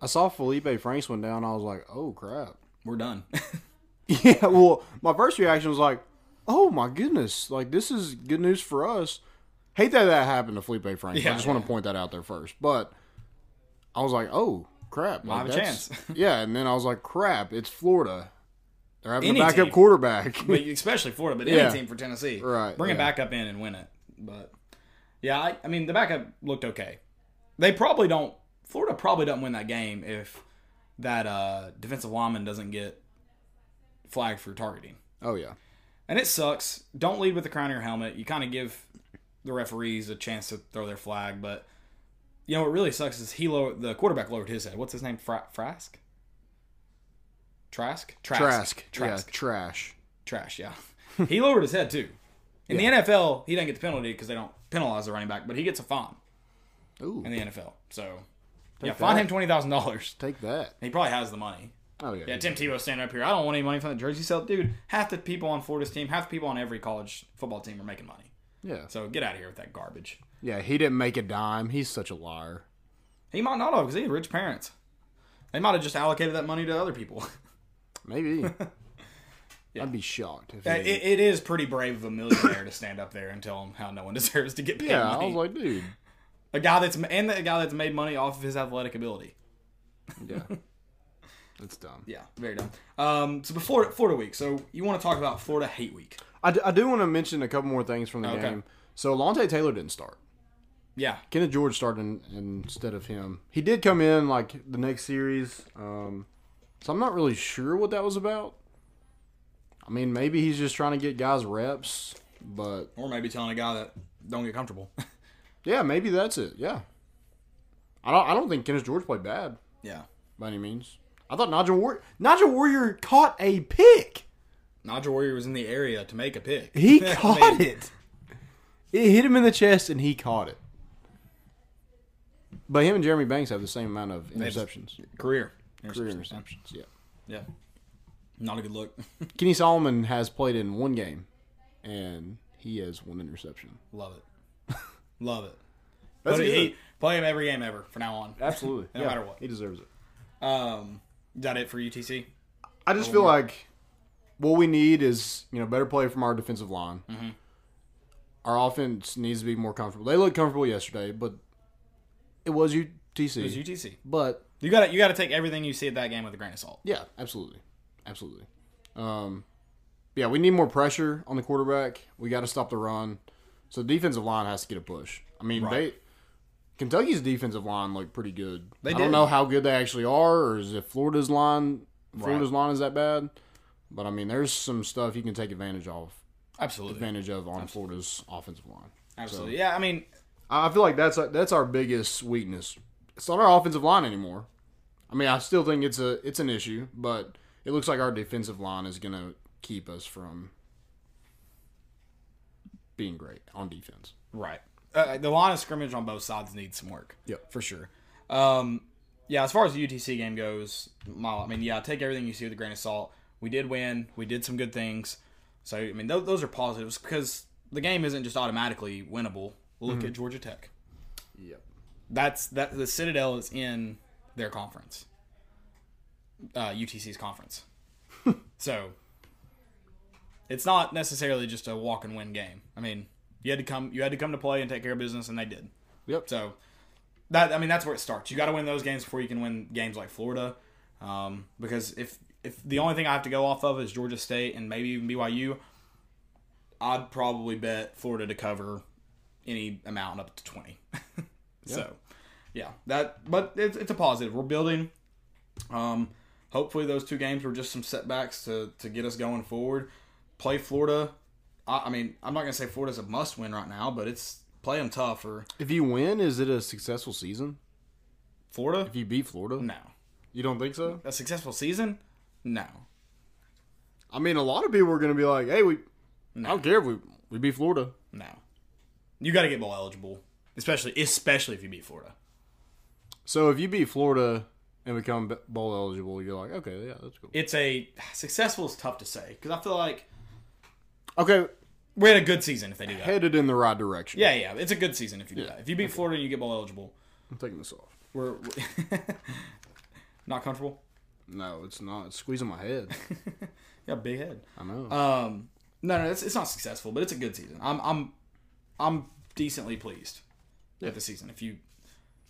Speaker 2: I saw Felipe Franks went down. I was like, oh crap.
Speaker 1: We're done.
Speaker 2: Yeah, well, my first reaction was like, "Oh my goodness! Like this is good news for us." Hate that that happened to Felipe Franks.
Speaker 1: Yeah,
Speaker 2: I just want to point that out there first. But I was like, "Oh crap!" Like,
Speaker 1: have a
Speaker 2: that's-
Speaker 1: chance.
Speaker 2: yeah, and then I was like, "Crap! It's Florida. They're having
Speaker 1: Any
Speaker 2: a backup
Speaker 1: team.
Speaker 2: quarterback."
Speaker 1: but especially Florida, but
Speaker 2: Yeah.
Speaker 1: any team for Tennessee,
Speaker 2: Right,
Speaker 1: Bring it
Speaker 2: yeah.
Speaker 1: back up in and win it. But yeah, I, I mean the backup looked okay. They probably don't. Florida probably doesn't win that game if that uh, defensive lineman doesn't get flagged for targeting,
Speaker 2: oh yeah,
Speaker 1: and it sucks. Don't lead with the crown of your helmet. You kind of give the referees a chance to throw their flag, but you know what really sucks is he lowered the quarterback lowered his head. What's his name? Fra- Frask. Trask? Trask.
Speaker 2: Trask.
Speaker 1: Trask
Speaker 2: Yeah, trash.
Speaker 1: trash. Yeah, he lowered his head too. In the NFL, he doesn't get the penalty because they don't penalize the running back, but he gets a fine
Speaker 2: Ooh,
Speaker 1: in the NFL. So yeah, find him twenty thousand dollars.
Speaker 2: Take that.
Speaker 1: He probably has the money.
Speaker 2: Oh yeah.
Speaker 1: Yeah, Tim Tebow standing up here. I don't want any money from the jersey sale, dude. Half the people on Florida's team, half the people on every college football team are making money.
Speaker 2: Yeah.
Speaker 1: So get out of here with that garbage.
Speaker 2: Yeah. He didn't make a dime. He's such a liar.
Speaker 1: He might not have because he had rich parents. They might have just allocated that money to other people.
Speaker 2: Maybe. I'd be shocked if he
Speaker 1: Uh,
Speaker 2: didn't.
Speaker 1: it, it is pretty brave of a millionaire to stand up there and tell him how no one deserves to get paid
Speaker 2: Yeah, I
Speaker 1: money.
Speaker 2: was like, dude.
Speaker 1: a guy that's and the guy that's made money off of his athletic ability.
Speaker 2: Yeah. That's dumb.
Speaker 1: Yeah, very dumb. Um, so before Florida week, so you want to talk about Florida hate week?
Speaker 2: I do, I do want to mention a couple more things from the
Speaker 1: Okay.
Speaker 2: game. So Lonte Taylor didn't start.
Speaker 1: Yeah,
Speaker 2: Kenneth George started in, instead of him. He did come in like the next series. Um, so I'm not really sure what that was about. I mean, maybe he's just trying to get guys reps, but
Speaker 1: or maybe telling a guy that don't get comfortable.
Speaker 2: yeah, maybe that's it. Yeah. I don't I don't think Kenneth George played bad
Speaker 1: yeah,
Speaker 2: by any means. I thought Nigel War- Nigel Warrior caught a pick.
Speaker 1: Nigel Warrior was in the area to make a pick.
Speaker 2: He
Speaker 1: I
Speaker 2: caught
Speaker 1: mean,
Speaker 2: it. It hit him in the chest, and he caught it. But him and Jeremy Banks have the same amount of interceptions.
Speaker 1: Career.
Speaker 2: Career
Speaker 1: Interceptions.
Speaker 2: interceptions, yeah.
Speaker 1: Yeah, not a good look.
Speaker 2: Kenny Solomon has played in one game, and he has one interception.
Speaker 1: Love it. Love it.
Speaker 2: That's
Speaker 1: Play-
Speaker 2: good.
Speaker 1: he- play him every game ever from now on.
Speaker 2: Absolutely.
Speaker 1: No matter what.
Speaker 2: He deserves it.
Speaker 1: Um, is that it for UTC?
Speaker 2: I
Speaker 1: Oh,
Speaker 2: just feel like what we need is, you know, better play from our defensive line.
Speaker 1: Mm-hmm.
Speaker 2: Our offense needs to be more comfortable. They looked comfortable yesterday, but it was UTC.
Speaker 1: It was UTC.
Speaker 2: but
Speaker 1: You got to you got to take everything you see at that game with a grain of salt.
Speaker 2: Yeah, absolutely, absolutely. Um, yeah, we need more pressure on the quarterback. We got to stop the run. So the defensive line has to get a push. I mean,
Speaker 1: Right.
Speaker 2: they Kentucky's defensive line looked pretty good.
Speaker 1: They
Speaker 2: I
Speaker 1: did.
Speaker 2: don't know how good they actually are, or is if Florida's line Florida's
Speaker 1: Right.
Speaker 2: line is that bad. But I mean, there's some stuff you can take advantage of
Speaker 1: Absolutely,
Speaker 2: advantage of on Florida's offensive line.
Speaker 1: absolutely. Yeah, I mean,
Speaker 2: I I feel like that's uh, that's our biggest weakness. It's not our offensive line anymore. I mean, I still think it's a it's an issue, but it looks like our defensive line is going to keep us from being great on defense.
Speaker 1: right. Uh, the line of scrimmage on both sides needs some work.
Speaker 2: Yep.
Speaker 1: for sure. Um, yeah, as far as the UTC game goes, my, I mean, yeah, take everything you see with a grain of salt. We did win. We did some good things. So I mean, tho- those are positives because the game isn't just automatically winnable. Look
Speaker 2: Mm-hmm.
Speaker 1: at Georgia Tech.
Speaker 2: Yep.
Speaker 1: that's that the Citadel is in their conference, uh, UTC's conference. so it's not necessarily just a walk and win game. I mean, you had to come you had to come to play and take care of business, and they did.
Speaker 2: Yep.
Speaker 1: So that I mean that's where it starts. You got to win those games before you can win games like Florida, um, because if if the only thing I have to go off of is Georgia State and maybe even BYU, I'd probably bet Florida to cover any amount up to twenty. So yeah, that but it's it's a positive. We're building. Um, hopefully those two games were just some setbacks to to get us going forward. Play Florida. I, I mean, I'm not gonna say Florida's a must win right now, but it's play them tough or
Speaker 2: If you win, is it a successful season?
Speaker 1: Florida.
Speaker 2: If you beat Florida?
Speaker 1: No,
Speaker 2: You don't think so?
Speaker 1: a successful season. No,
Speaker 2: I mean, a lot of people are going to be like, "Hey, we I don't care if we we beat Florida."
Speaker 1: no. You got to get bowl eligible, especially especially if you beat Florida.
Speaker 2: So if you beat Florida and become bowl eligible, you're like, "Okay, yeah, that's cool."
Speaker 1: It's a successful is tough to say because I feel like
Speaker 2: Okay,
Speaker 1: we had a good season if they do that.
Speaker 2: headed in the right direction.
Speaker 1: Yeah, yeah, it's a good season if you do that. If you beat Florida, you get bowl eligible.
Speaker 2: I'm taking this off.
Speaker 1: We're not comfortable.
Speaker 2: No, it's not. It's squeezing my head.
Speaker 1: Yeah, big head.
Speaker 2: I know.
Speaker 1: Um, no, no, it's, it's not successful, but it's a good season. I'm, I'm, I'm decently pleased with the season. If you,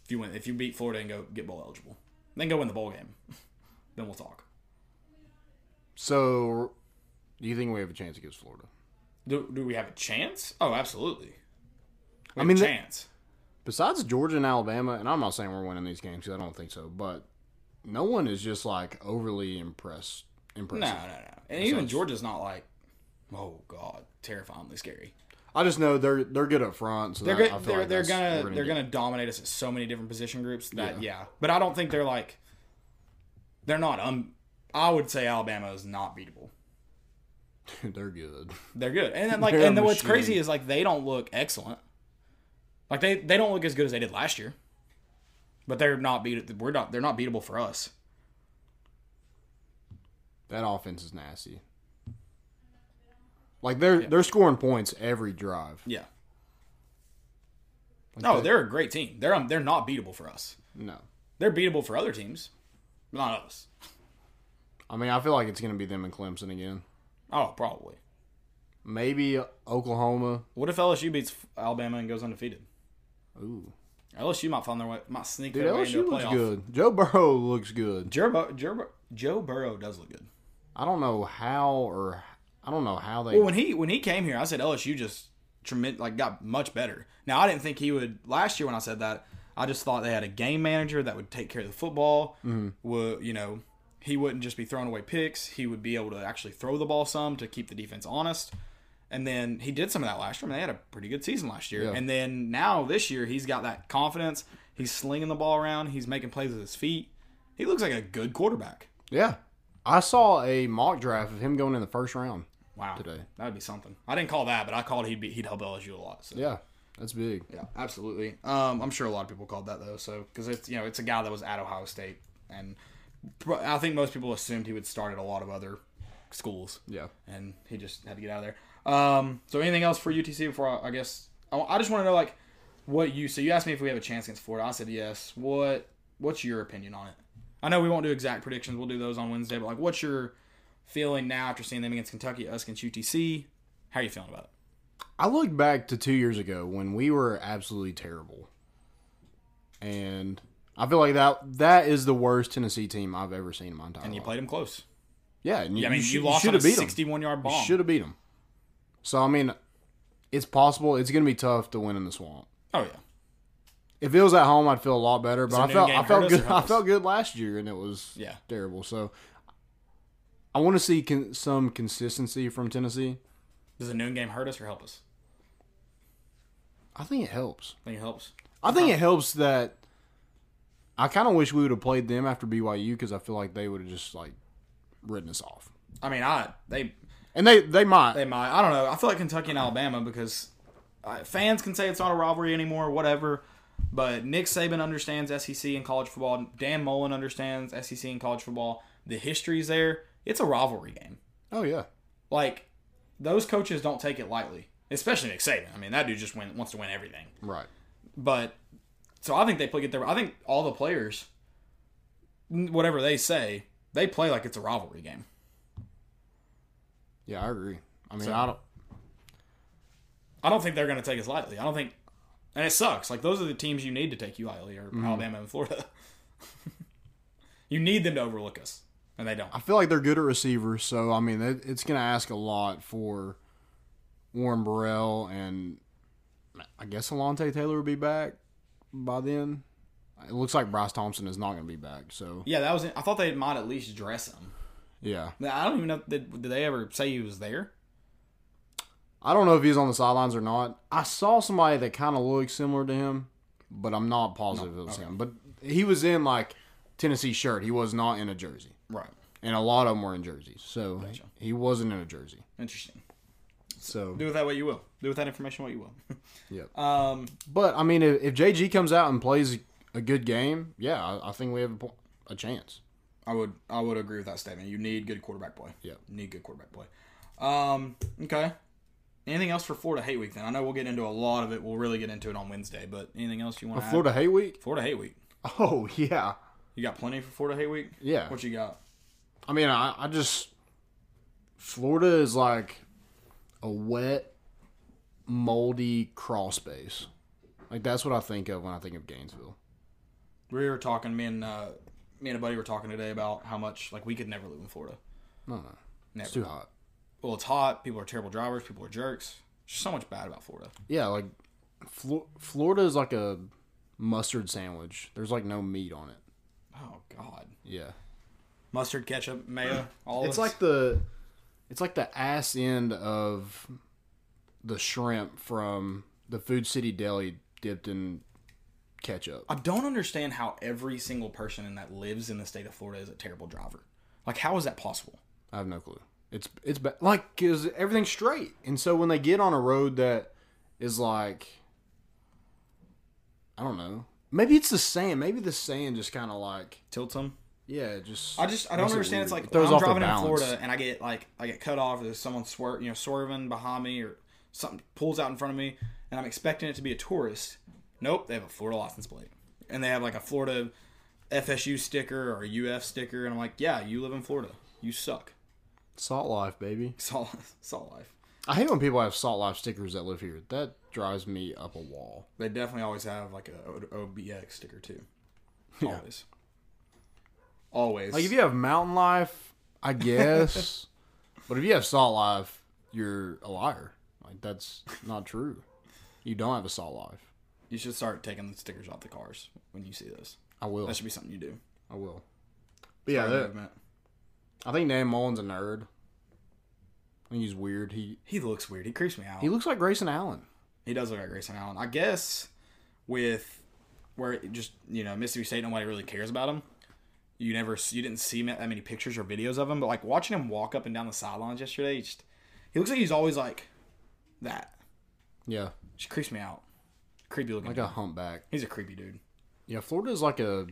Speaker 1: if you win, if you beat Florida and go get bowl eligible, then go win the bowl game, then we'll talk.
Speaker 2: so, do you think we have a chance against Florida?
Speaker 1: Do, do we have a chance? Oh, absolutely. We
Speaker 2: I
Speaker 1: have
Speaker 2: mean,
Speaker 1: a
Speaker 2: the-
Speaker 1: chance.
Speaker 2: Besides Georgia and Alabama, and I'm not saying we're winning these games 'cause I don't think so, but no one is just like overly impressed. Impressive.
Speaker 1: No, no, no. And even Georgia's not like, oh god, terrifyingly scary.
Speaker 2: I just know they're they're good up front. So
Speaker 1: They're
Speaker 2: that- I
Speaker 1: go-
Speaker 2: feel
Speaker 1: they're,
Speaker 2: like
Speaker 1: they're
Speaker 2: that's-
Speaker 1: gonna
Speaker 2: we're
Speaker 1: they're
Speaker 2: get-
Speaker 1: gonna dominate us at so many different position groups that yeah. But I don't think they're like they're not um I would say Alabama is not beatable.
Speaker 2: they're good.
Speaker 1: They're good. And then like
Speaker 2: They're a
Speaker 1: and then what's
Speaker 2: machine.
Speaker 1: crazy is like they don't look excellent. Like they they don't look as good as they did last year. But they're not beat. We're not. They're not beatable for us.
Speaker 2: That offense is nasty. Like they're they're scoring points every drive.
Speaker 1: Yeah.
Speaker 2: Like
Speaker 1: No,
Speaker 2: that-
Speaker 1: they're a great team. They're um, they're not beatable for us.
Speaker 2: no.
Speaker 1: They're beatable for other teams, but not us.
Speaker 2: I mean, I feel like it's gonna be them and Clemson again.
Speaker 1: Oh, probably.
Speaker 2: Maybe Oklahoma.
Speaker 1: What if LSU beats Alabama and goes undefeated?
Speaker 2: Ooh,
Speaker 1: LSU might find their way, might sneak
Speaker 2: dude,
Speaker 1: their way into a
Speaker 2: LSU looks
Speaker 1: playoff.
Speaker 2: good. Joe Burrow looks good.
Speaker 1: Joe, Bur- Joe, Bur- Joe Burrow does look good.
Speaker 2: I don't know how or I don't know how they.
Speaker 1: Well, when he when he came here, I said LSU just tremendous, like got much better. Now I didn't think he would last year when I said that. I just thought they had a game manager that would take care of the football.
Speaker 2: Mm-hmm.
Speaker 1: Would you know he wouldn't just be throwing away picks. He would be able to actually throw the ball some to keep the defense honest. And then he did some of that last year. I mean, they had a pretty good season last year.
Speaker 2: Yeah.
Speaker 1: And then now this year, he's got that confidence. He's slinging the ball around. He's making plays with his feet. He looks like a good quarterback.
Speaker 2: yeah, I saw a mock draft of him going in the first round.
Speaker 1: Wow,
Speaker 2: Today.
Speaker 1: that would be something. I didn't call that, but I called he'd be he'd help LSU a lot. So.
Speaker 2: Yeah, that's big.
Speaker 1: Yeah, absolutely. Um, I'm sure a lot of people called that though. So because it's you know it's a guy that was at Ohio State, and pro- I think most people assumed he would start at a lot of other schools,
Speaker 2: Yeah.
Speaker 1: and he just had to get out of there. Um, so anything else for UTC before I, I guess I, I just want to know like what you so you asked me if we have a chance against Florida. I said yes. What what's your opinion on it? I know we won't do exact predictions. We'll do those on Wednesday. But like, what's your feeling now after seeing them against Kentucky, us against UTC? How are you feeling about it?
Speaker 2: I look back to two years ago when we were absolutely terrible, and I feel like that that is the worst Tennessee team I've ever seen in my entire
Speaker 1: And you
Speaker 2: life.
Speaker 1: played them close.
Speaker 2: yeah, and you,
Speaker 1: Yeah, I mean, you,
Speaker 2: you, should- you
Speaker 1: lost
Speaker 2: should
Speaker 1: on a
Speaker 2: have beat them.
Speaker 1: 61 yard bomb.
Speaker 2: Should have beat them. So I mean, it's possible. It's going to be tough to win in the swamp.
Speaker 1: Oh yeah,
Speaker 2: If it was at home, I'd feel a lot better. But
Speaker 1: the
Speaker 2: I
Speaker 1: noon
Speaker 2: felt
Speaker 1: game
Speaker 2: I felt
Speaker 1: hurt us or
Speaker 2: good.
Speaker 1: help
Speaker 2: I
Speaker 1: us?
Speaker 2: felt good last year, and it was
Speaker 1: Yeah.
Speaker 2: terrible. So I want to see con- some consistency from Tennessee.
Speaker 1: does the noon game hurt us or help us?
Speaker 2: I think it helps.
Speaker 1: I think it helps.
Speaker 2: I think it
Speaker 1: Uh-huh.
Speaker 2: helps that I kind of wish we would have played them after BYU because I feel like they would have just like written us off,
Speaker 1: I mean, I they
Speaker 2: and they they might.
Speaker 1: they might. I don't know. I feel like Kentucky and Alabama because uh, fans can say it's not a rivalry anymore, whatever. But Nick Saban understands SEC and college football. Dan Mullen understands SEC and college football. The history's there. It's a rivalry game.
Speaker 2: oh yeah,
Speaker 1: Like those coaches don't take it lightly, especially Nick Saban. I mean, that dude just win, wants to win everything.
Speaker 2: right.
Speaker 1: But so I think they play get their. I think all the players, n- whatever they say, they play like it's a rivalry game.
Speaker 2: Yeah, I agree. I mean,
Speaker 1: So-
Speaker 2: I don't.
Speaker 1: I don't think they're going to take us lightly. I don't think, and it sucks. Like those are the teams you need to take you lightly, E or Alabama and Florida. you need them to overlook us, and they don't.
Speaker 2: I feel like they're good at receivers, so I mean, it, it's going to ask a lot for Warren Burrell, and I guess Alante Taylor will be back by then. It looks like Bryce Thompson is not going to be back, so
Speaker 1: Yeah, that was. I thought they might at least dress him.
Speaker 2: yeah.
Speaker 1: Now, I don't even know. Did, did they ever say he was there?
Speaker 2: I don't know if he's on the sidelines or not. I saw somebody that kind of looked similar to him, but I'm not positive it was him. But he was in like Tennessee shirt. He was not in a jersey,
Speaker 1: Right.
Speaker 2: and a lot of them were in jerseys, so he wasn't in a jersey.
Speaker 1: Interesting.
Speaker 2: So
Speaker 1: Do with that what you will. Do with that information what you will.
Speaker 2: yeah.
Speaker 1: um.
Speaker 2: But I mean, if, if JG comes out and plays a good game, yeah, I, I think we have a, po- a chance.
Speaker 1: I would I would agree with that statement. You need good quarterback play.
Speaker 2: Yeah.
Speaker 1: You need good quarterback play. Um, okay. Anything else for Florida Hate Week then? I know we'll get into a lot of it. We'll really get into it on Wednesday, but anything else you want to add?
Speaker 2: Florida Hay Week.
Speaker 1: Florida Hate Week.
Speaker 2: Oh yeah,
Speaker 1: You got plenty for Florida Hate Week?
Speaker 2: yeah.
Speaker 1: What you got?
Speaker 2: I mean, I, I just Florida is like a wet, moldy crawl space. Like that's what I think of when I think of Gainesville.
Speaker 1: We were talking, me and uh, me and a buddy were talking today about how much like we could never live in Florida.
Speaker 2: No, no, it's
Speaker 1: Never.
Speaker 2: too hot.
Speaker 1: Well, it's hot, people are terrible drivers, people are jerks. There's so much bad about Florida.
Speaker 2: Yeah, like Flo- Florida is like a mustard sandwich. There's like no meat on it.
Speaker 1: Oh God.
Speaker 2: Yeah,
Speaker 1: Mustard, ketchup, mayo, all
Speaker 2: it's
Speaker 1: of
Speaker 2: like the it's like the ass end of the shrimp from the Food City Deli dipped in ketchup.
Speaker 1: I don't understand how every single person in that lives in the state of Florida is a terrible driver. Like, how is that possible?
Speaker 2: I have no clue. It's it's ba- like because everything's straight, and so when they get on a road that is like, I don't know, Maybe it's the sand. Maybe the sand just kind of like
Speaker 1: Tilt them.
Speaker 2: yeah, it just.
Speaker 1: I just I don't
Speaker 2: makes it
Speaker 1: understand. It's
Speaker 2: weird.
Speaker 1: like
Speaker 2: It throws
Speaker 1: I'm
Speaker 2: off their
Speaker 1: driving in
Speaker 2: balance.
Speaker 1: Florida and I get like I get cut off. There's someone swerve, you know, swerving behind me or something pulls out in front of me, and I'm expecting it to be a tourist. Nope, they have a Florida license plate, and they have like a Florida FSU sticker or a UF sticker, and I'm like, yeah, you live in Florida, you suck.
Speaker 2: Salt life, baby.
Speaker 1: Salt, salt life.
Speaker 2: I hate when people have salt life stickers that live here. That drives me up a wall.
Speaker 1: They definitely always have like a O- OBX sticker too. Always. Always.
Speaker 2: Like if you have mountain life, I guess. but if you have salt life, you're a liar. Like that's not true. You don't have a salt life.
Speaker 1: you should start taking the stickers off the cars when you see those.
Speaker 2: I will.
Speaker 1: That should be something you do.
Speaker 2: I will. But yeah,
Speaker 1: Car
Speaker 2: that-
Speaker 1: movement.
Speaker 2: I think Dan Mullen's a nerd. I think he's weird. He
Speaker 1: He looks weird. He creeps me out.
Speaker 2: he looks like Grayson Allen.
Speaker 1: He does look like Grayson Allen. I guess with where it just you know Mississippi State, nobody really cares about him. You never you didn't see ma- that many pictures or videos of him, but like watching him walk up and down the sidelines yesterday, he just he looks like he's always like that.
Speaker 2: Yeah,
Speaker 1: Just creeps me out. Creepy looking.
Speaker 2: like a humpback.
Speaker 1: He's a creepy dude,
Speaker 2: Yeah, Florida's like a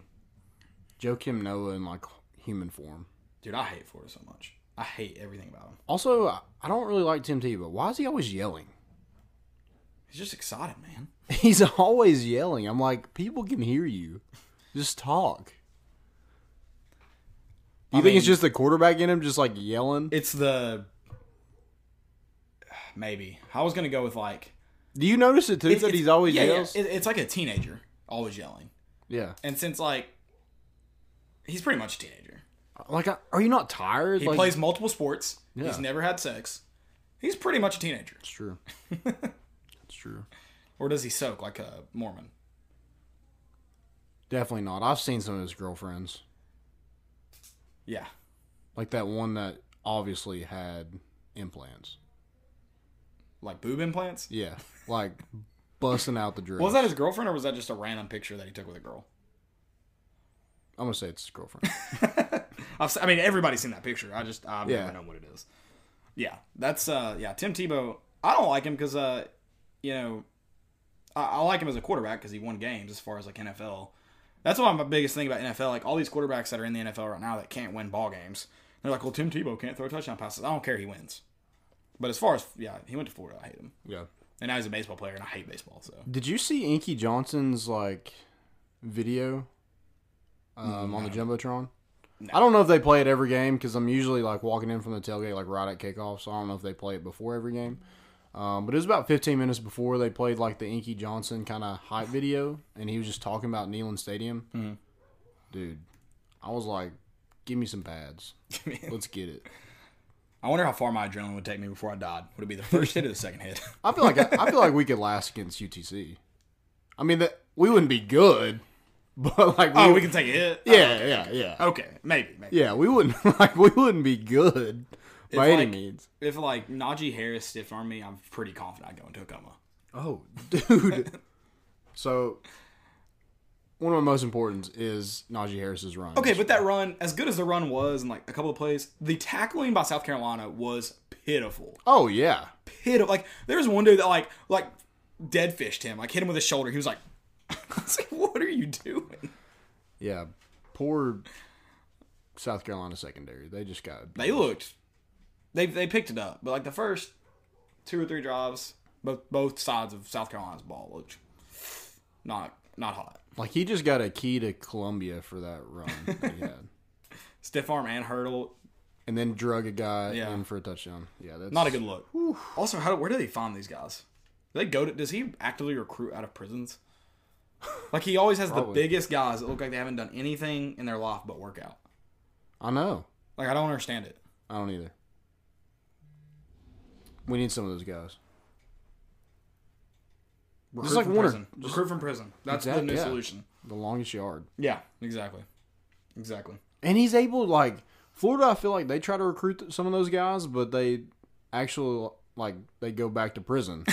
Speaker 2: Joe Kim Noah in like human form.
Speaker 1: dude. I hate Florida so much. I hate everything about him.
Speaker 2: Also, I I don't really like Tim Tebow. Why is he always yelling?
Speaker 1: He's just excited, man.
Speaker 2: He's always yelling. I'm like, people can hear you. Just talk. Do you
Speaker 1: I
Speaker 2: think it's
Speaker 1: mean-
Speaker 2: just the quarterback in him, just like yelling?
Speaker 1: It's the maybe I was gonna go with like
Speaker 2: Do you notice it too that he's always
Speaker 1: yeah, yeah.
Speaker 2: yells? Yeah,
Speaker 1: It- it's like a teenager always yelling. And since like he's pretty much a teenager.
Speaker 2: Like, I- are you not tired?
Speaker 1: He
Speaker 2: like,
Speaker 1: plays multiple sports.
Speaker 2: Yeah.
Speaker 1: He's never had sex. He's pretty much a teenager.
Speaker 2: It's true. it's true.
Speaker 1: Or does he soak like a Mormon?
Speaker 2: Definitely not. I've seen some of his girlfriends,
Speaker 1: Yeah.
Speaker 2: like that one that obviously had implants.
Speaker 1: Like boob implants?
Speaker 2: Yeah, like busting out the dress.
Speaker 1: Was that his girlfriend or was that just a random picture that he took with a girl?
Speaker 2: I'm gonna say it's his girlfriend.
Speaker 1: I've, se- I mean, everybody's seen that picture. I just, I've
Speaker 2: Yeah.
Speaker 1: never known what it is. Yeah, that's, uh, yeah, Tim Tebow. I don't like him because, uh, you know, I, I like him as a quarterback because he won games as far as like NFL. That's why my biggest thing about NFL, like all these quarterbacks that are in the NFL right now that can't win ball games, they're like, well, Tim Tebow can't throw touchdown passes. I don't care, he wins. But as far as, yeah, he went to Florida. I hate him.
Speaker 2: yeah.
Speaker 1: And now he's a baseball player, and I hate baseball, so.
Speaker 2: Did you see Inky Johnson's like video um, on the jumbotron? I don't know if they play it every game because I'm usually like walking in from the tailgate like right at kickoff, so I don't know if they play it before every game. Um, but it was about 15 minutes before they played like the Inky Johnson kind of hype video, and he was just talking about Neyland Stadium.
Speaker 1: Mm-hmm.
Speaker 2: Dude, I was like, "Give me some pads, let's get it."
Speaker 1: I wonder how far my adrenaline would take me before I died. Would it be the first hit or the second hit?
Speaker 2: I feel like I, feel like we could last against UTC. I mean, that we wouldn't be good, but like,
Speaker 1: oh, we can take a hit?
Speaker 2: Yeah, yeah, yeah.
Speaker 1: Okay, maybe, maybe.
Speaker 2: Yeah, we wouldn't like we wouldn't be good by any
Speaker 1: like-
Speaker 2: means.
Speaker 1: if like Najee Harris stiff armed me, I'm pretty confident I'd go into a coma.
Speaker 2: Oh, dude. so one of my most importants is Najee Harris's run.
Speaker 1: Okay, but that run, as good as the run was, and like a couple of plays, the tackling by South Carolina was pitiful.
Speaker 2: Oh yeah.
Speaker 1: Pitiful. Like there was one dude that like like dead fished him, like hit him with his shoulder. He was like, I was like, "What are you doing?"
Speaker 2: Yeah. Poor South Carolina secondary. They just got
Speaker 1: They looked, they they picked it up, but like the first two or three drives, both both sides of South Carolina's ball looked not not hot.
Speaker 2: like he just got a key to Columbia for that run that he had.
Speaker 1: Stiff arm and hurdle,
Speaker 2: And then drug a guy
Speaker 1: Yeah.
Speaker 2: in for a touchdown. Yeah, that's
Speaker 1: Not a good look. Also, how where do they find these guys? Do they go to? Does he actively recruit out of prisons? Like he always has the
Speaker 2: Probably.
Speaker 1: biggest guys that look like they haven't done anything in their life but work out.
Speaker 2: I know.
Speaker 1: Like I don't understand it.
Speaker 2: I don't either. We need some of those guys.
Speaker 1: Recruit
Speaker 2: Just like
Speaker 1: from
Speaker 2: Warner.
Speaker 1: prison. recruit from prison. That's
Speaker 2: Exact-
Speaker 1: the new
Speaker 2: yeah.
Speaker 1: solution.
Speaker 2: The longest yard.
Speaker 1: Yeah, exactly, exactly.
Speaker 2: and he's able like Florida. I feel like they try to recruit th- some of those guys, but they actually like they go back to prison.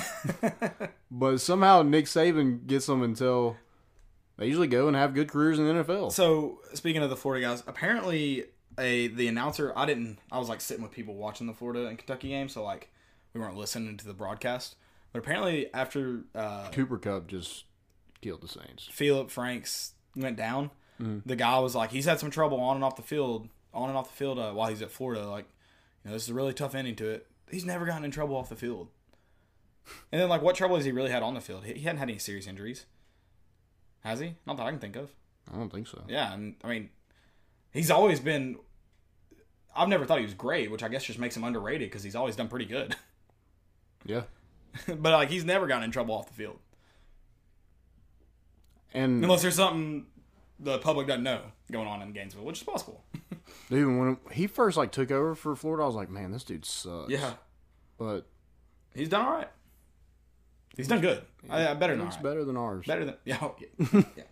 Speaker 2: but somehow Nick Saban gets them until they usually go and have good careers in the NFL.
Speaker 1: So speaking of the Florida guys, apparently a the announcer I didn't I was like sitting with people watching the Florida and Kentucky game, so like we weren't listening to the broadcast. But apparently after uh,
Speaker 2: Cooper Cup just killed the Saints.
Speaker 1: Philip Franks went down, the guy was like, he's had some trouble on and off the field, on and off the field uh, while he's at Florida. Like, you know, this is a really tough ending to it. He's never gotten in trouble off the field. And then, like, what trouble has he really had on the field? He, he hadn't had any serious injuries. Has he? Not that I can think of.
Speaker 2: I don't think so.
Speaker 1: Yeah, and I mean, he's always been. I've never thought he was great, which I guess just makes him underrated because he's always done pretty good.
Speaker 2: Yeah.
Speaker 1: but like, he's never gotten in trouble off the field
Speaker 2: And
Speaker 1: unless there's something the public doesn't know going on in Gainesville, which is possible.
Speaker 2: dude, when he first like took over for Florida, I was like, man, this dude sucks. But
Speaker 1: he's done all right. He's done good. I, I better
Speaker 2: he
Speaker 1: than all
Speaker 2: looks
Speaker 1: right.
Speaker 2: better than ours.
Speaker 1: Better than yeah, oh, yeah. yeah.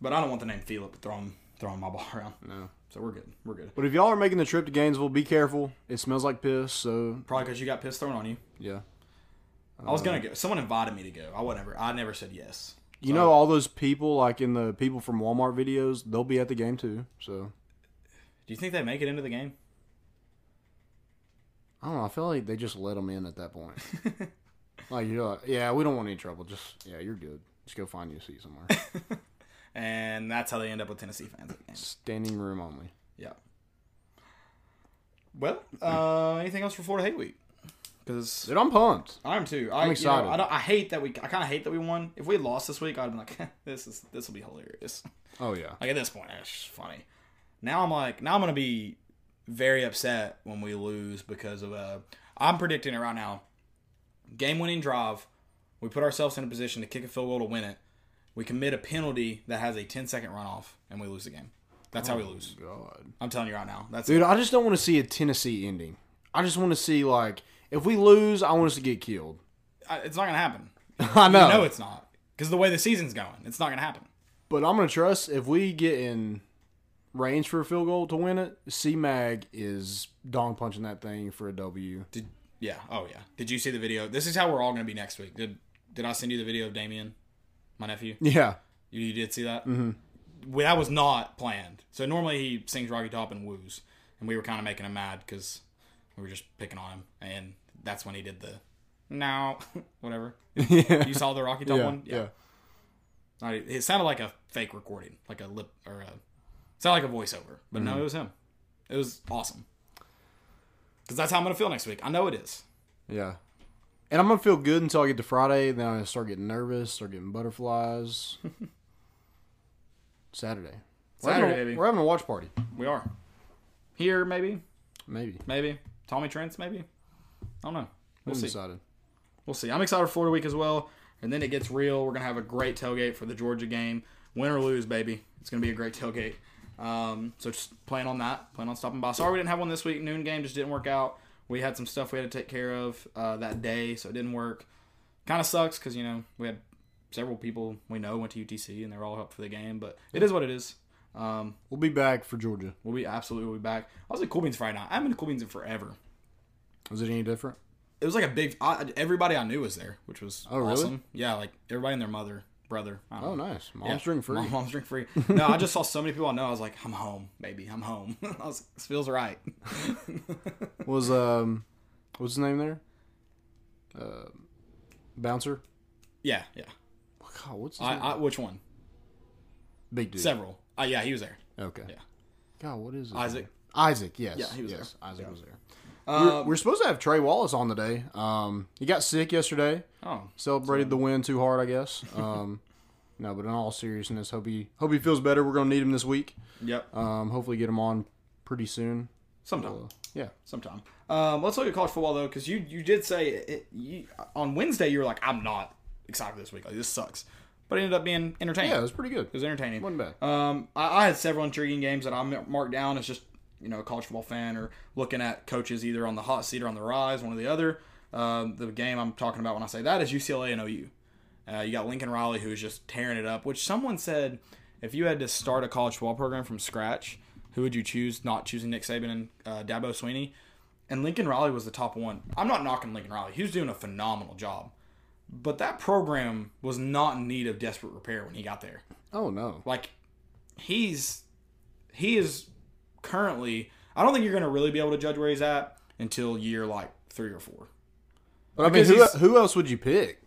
Speaker 1: But I don't want the name Philip throwing throwing my ball around.
Speaker 2: No.
Speaker 1: So we're good. We're good.
Speaker 2: But if y'all are making the trip to Gainesville, be careful. It smells like piss. So
Speaker 1: Probably because you got piss thrown on you.
Speaker 2: yeah.
Speaker 1: I was gonna go. Someone invited me to go. I would never. I never said yes.
Speaker 2: You know all those people like in the people from Walmart videos, they'll be at the game too. So
Speaker 1: Do you think they make it into the game?
Speaker 2: I don't know. I feel like they just let them in at that point. like you're like, yeah, we don't want any trouble. Just yeah, you're good. Just go find you a seat somewhere.
Speaker 1: And that's how they end up with Tennessee fans at games.
Speaker 2: Standing room only.
Speaker 1: Yeah. Well, uh, anything else for Florida Hate Week? Because
Speaker 2: Dude, I'm pumped.
Speaker 1: I'm too. I, am
Speaker 2: excited.
Speaker 1: I, don't, I hate that we. I kind of hate that we won. If we had lost this week, I'd been like, this is this will be hilarious.
Speaker 2: Oh yeah.
Speaker 1: Like at this point, it's just funny. Now I'm like, now I'm gonna be very upset when we lose because of uh I'm predicting it right now. Game winning drive. We put ourselves in a position to kick a field goal to win it. We commit a penalty that has a 10 second runoff, and we lose the game. That's how we lose.
Speaker 2: God.
Speaker 1: I'm telling you right now. That's
Speaker 2: Dude, I just don't want to see a Tennessee ending. I just want to see like if we lose, I want us to get killed.
Speaker 1: I, it's not gonna happen.
Speaker 2: I know.
Speaker 1: No, it's not. Because the way the season's going, it's not gonna happen.
Speaker 2: But I'm gonna trust if we get in range for a field goal to win it, C Mag is dong punching that thing for a W.
Speaker 1: Did yeah? Oh yeah. Did you see the video? This is how we're all gonna be next week. Did Did I send you the video of Damien, my nephew?
Speaker 2: Yeah.
Speaker 1: You, you did see that? Mm-hmm. Well, that was not planned. So normally he sings Rocky Top and woos, and we were kind of making him mad because we were just picking on him, and that's when he did the no, whatever.
Speaker 2: yeah.
Speaker 1: You saw the Rocky Top one?
Speaker 2: Yeah.
Speaker 1: All right, It sounded like a fake recording, like a lip or a sounded like a voiceover, but
Speaker 2: Mm-hmm.
Speaker 1: no, it was him. It was awesome. Because that's how I'm gonna feel next week. I know it is.
Speaker 2: Yeah. And I'm gonna feel good until I get to Friday, then I'm gonna start getting nervous, start getting butterflies. Saturday. We're having,
Speaker 1: Saturday,
Speaker 2: a,
Speaker 1: baby.
Speaker 2: we're having a watch party.
Speaker 1: We are here, maybe,
Speaker 2: Maybe.
Speaker 1: maybe Tommy Trent's, maybe. I don't know. We'll
Speaker 2: We'll
Speaker 1: see.
Speaker 2: Decided.
Speaker 1: We'll see. I'm excited for Florida week as well, and then it gets real. We're gonna have a great tailgate for the Georgia game. Win or lose, baby, it's gonna be a great tailgate. Um, so just plan on that. Plan on stopping by. Sorry we didn't have one this week. Noon game just didn't work out. We had some stuff we had to take care of uh, that day, so it didn't work. Kind of sucks because you know we had several people we know went to UTC and they were all up for the game, but it is what it is. Um,
Speaker 2: We'll be back for Georgia.
Speaker 1: we'll be absolutely we'll be back. I was at Cool Beans Friday night. I haven't been to Cool Beans in forever.
Speaker 2: Is it any different?
Speaker 1: it was like a big I, everybody I knew was there, which was
Speaker 2: Oh, really?
Speaker 1: awesome. Yeah, like everybody and their mother, brother. I don't
Speaker 2: Oh
Speaker 1: know.
Speaker 2: nice. Mom's
Speaker 1: Yeah.
Speaker 2: string free.
Speaker 1: Mom- mom's drink free. No, I just saw so many people I know. I was like, I'm home, baby. I'm home. I was, this feels right.
Speaker 2: Was um what's his name there? Uh, bouncer?
Speaker 1: yeah, yeah.
Speaker 2: God, what's his
Speaker 1: I,
Speaker 2: name?
Speaker 1: I which one?
Speaker 2: Big dude.
Speaker 1: Several. Uh, yeah, he was there.
Speaker 2: Okay.
Speaker 1: Yeah.
Speaker 2: God, what is it?
Speaker 1: Isaac.
Speaker 2: Isaac, yes.
Speaker 1: Yeah, he was
Speaker 2: yes, Isaac was there.
Speaker 1: Um,
Speaker 2: we're, we're supposed to have Trey Wallace on today. Um, he got sick yesterday.
Speaker 1: oh,
Speaker 2: Celebrated the win too hard, I guess. Um, no, but in all seriousness, hope he hope he feels better. We're gonna need him this week.
Speaker 1: yep.
Speaker 2: Um, hopefully get him on pretty soon.
Speaker 1: Sometime.
Speaker 2: Yeah.
Speaker 1: sometime. Um, let's look at college football though, because you you did say it, you, on Wednesday you were like, I'm not excited this week. Like this sucks, but it ended up being entertaining.
Speaker 2: Yeah, it was pretty good.
Speaker 1: It was entertaining.
Speaker 2: Wasn't bad.
Speaker 1: Um, I, I had several intriguing games that I mar- marked down as just you know a college football fan or looking at coaches either on the hot seat or on the rise, one or the other. Um, the game I'm talking about when I say that is UCLA and OU. Uh, you got Lincoln Riley who is just tearing it up. Which someone said, if you had to start a college football program from scratch, who would you choose? Not choosing Nick Saban and uh, Dabo Sweeney. And Lincoln Riley was the top one. I'm not knocking Lincoln Riley. He was doing a phenomenal job. But that program was not in need of desperate repair when he got there
Speaker 2: Oh no.
Speaker 1: like he's he is currently i don't think you're going to really be able to judge where he's at until year like three or four
Speaker 2: But I mean,
Speaker 1: Because
Speaker 2: who
Speaker 1: he's-
Speaker 2: who else would you pick?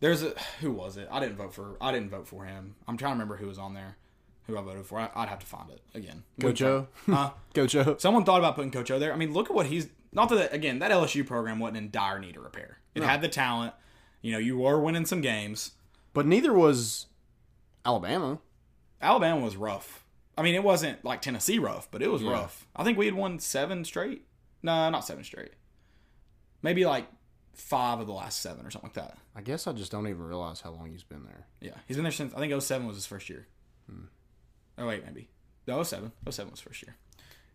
Speaker 1: There's a who was it? I didn't vote for. I didn't vote for him. I'm trying to remember who was on there, who I voted for. I, would have to find it again.
Speaker 2: Coach O.
Speaker 1: Huh?
Speaker 2: Coach O.
Speaker 1: Someone thought about putting Coach O there. I mean, look at what he's. Not that again, that LSU program wasn't in dire need of repair. It had the talent. You know, you were winning some games.
Speaker 2: But neither was Alabama.
Speaker 1: Alabama was rough. I mean, it wasn't like Tennessee rough, but it was
Speaker 2: Yeah.
Speaker 1: rough. I think we had won seven straight. No, not seven straight. Maybe like five of the last seven or something like that.
Speaker 2: I guess I just don't even realize how long he's been there.
Speaker 1: Yeah, he's been there since I think 07 was his first year. Oh wait, maybe no 07. 07 was first year.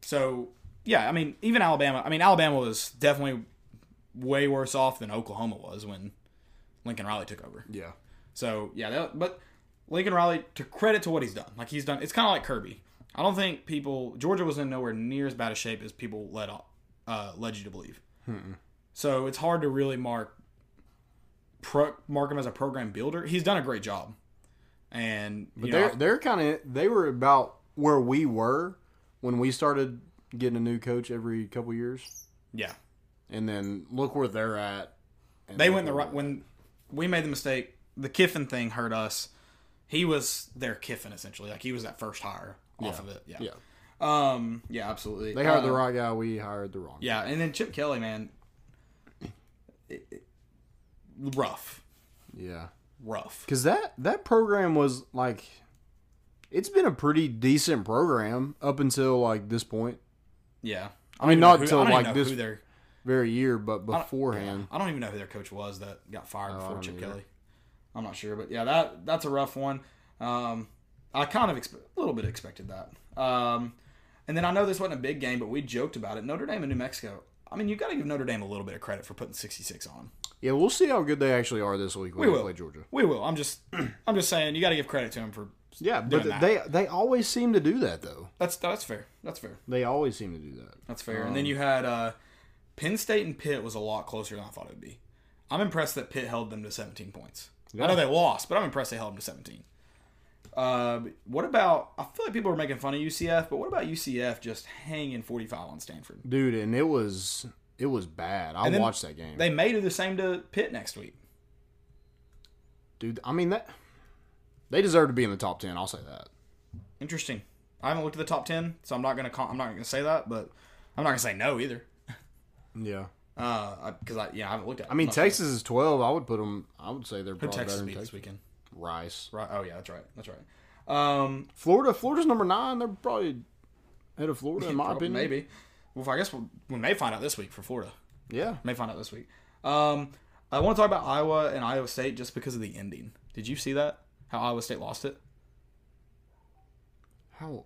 Speaker 1: So yeah, I mean, even Alabama. I mean, Alabama was definitely way worse off than Oklahoma was when Lincoln Riley took over.
Speaker 2: Yeah.
Speaker 1: So yeah, that, but Lincoln Riley, to credit to what he's done, like he's done. It's kind of like Kirby. I don't think people Georgia was in nowhere near as bad a shape as people led on, uh, led you to believe.
Speaker 2: Hmm.
Speaker 1: So it's hard to really mark pro, mark him as a program builder. He's done a great job, and
Speaker 2: But
Speaker 1: you
Speaker 2: they're
Speaker 1: know,
Speaker 2: they're kind of they were about where we were when we started getting a new coach every couple years,
Speaker 1: yeah,
Speaker 2: and then look where they're at. and
Speaker 1: they
Speaker 2: look
Speaker 1: went the
Speaker 2: where
Speaker 1: right when we made the mistake. The Kiffin thing hurt us. He was their Kiffin essentially, like he was that first hire off of it. Yeah.
Speaker 2: Yeah,
Speaker 1: Um. Yeah. Absolutely.
Speaker 2: they hired
Speaker 1: Uh,
Speaker 2: the right guy. We hired the wrong.
Speaker 1: Yeah, and then Chip Kelly, man, it, it, rough,
Speaker 2: Yeah,
Speaker 1: rough.
Speaker 2: because that that program was like, it's been a pretty decent program up until like this point,
Speaker 1: Yeah,
Speaker 2: I mean,
Speaker 1: don't
Speaker 2: not
Speaker 1: even know who-
Speaker 2: till,
Speaker 1: I don't even
Speaker 2: like,
Speaker 1: know
Speaker 2: this-
Speaker 1: Who their,
Speaker 2: very year, but beforehand.
Speaker 1: I don't even know who their coach was that got fired before
Speaker 2: Oh, don't
Speaker 1: Chip
Speaker 2: either.
Speaker 1: Kelly. I'm not sure, but yeah, that that's a rough one. Um, I kind of expe- a little bit expected that. Um, and then I know this wasn't a big game, but we joked about it. Notre Dame and New Mexico. I mean, you got to give Notre Dame a little bit of credit for putting 66 on them.
Speaker 2: Yeah, we'll see how good they actually are this week when
Speaker 1: We
Speaker 2: they
Speaker 1: will.
Speaker 2: play Georgia.
Speaker 1: We will. I'm just, I'm just saying, you got to give credit to them for.
Speaker 2: Yeah,
Speaker 1: doing
Speaker 2: but
Speaker 1: that.
Speaker 2: they they always seem to do that though.
Speaker 1: That's that's fair. That's fair.
Speaker 2: They always seem to do that.
Speaker 1: That's fair. and
Speaker 2: Um,
Speaker 1: then you had uh, Penn State and Pitt was a lot closer than I thought it would be. I'm impressed that Pitt held them to 17 points. I
Speaker 2: Yeah.
Speaker 1: know they lost, but I'm impressed they held them to 17. Uh, what about? I feel like people are making fun of UCF, but what about UCF just hanging 45 on Stanford?
Speaker 2: dude and it was it was bad i
Speaker 1: then
Speaker 2: watched that game
Speaker 1: They may do the same to Pitt next week.
Speaker 2: dude i mean that they deserve to be in the top 10 i'll say that
Speaker 1: Interesting. I haven't looked at the top 10, so I'm not gonna. con- I'm not gonna say that, but I'm not gonna say no either.
Speaker 2: yeah
Speaker 1: Uh, because I, yeah I haven't looked at. it.
Speaker 2: i mean texas is 12 i would put them i would say they're
Speaker 1: Who
Speaker 2: probably
Speaker 1: Texas
Speaker 2: better than
Speaker 1: beat this
Speaker 2: texas
Speaker 1: weekend?
Speaker 2: rice
Speaker 1: Right. Oh yeah, that's right. That's right. Um,
Speaker 2: florida florida's number nine they're probably head of florida in my
Speaker 1: Prob-
Speaker 2: opinion
Speaker 1: Maybe. Well, I guess we'll, we may find out this week for Florida.
Speaker 2: yeah
Speaker 1: May find out this week. Um, I want to talk about Iowa and Iowa State just because of the ending. Did you see that? How Iowa State lost it?
Speaker 2: how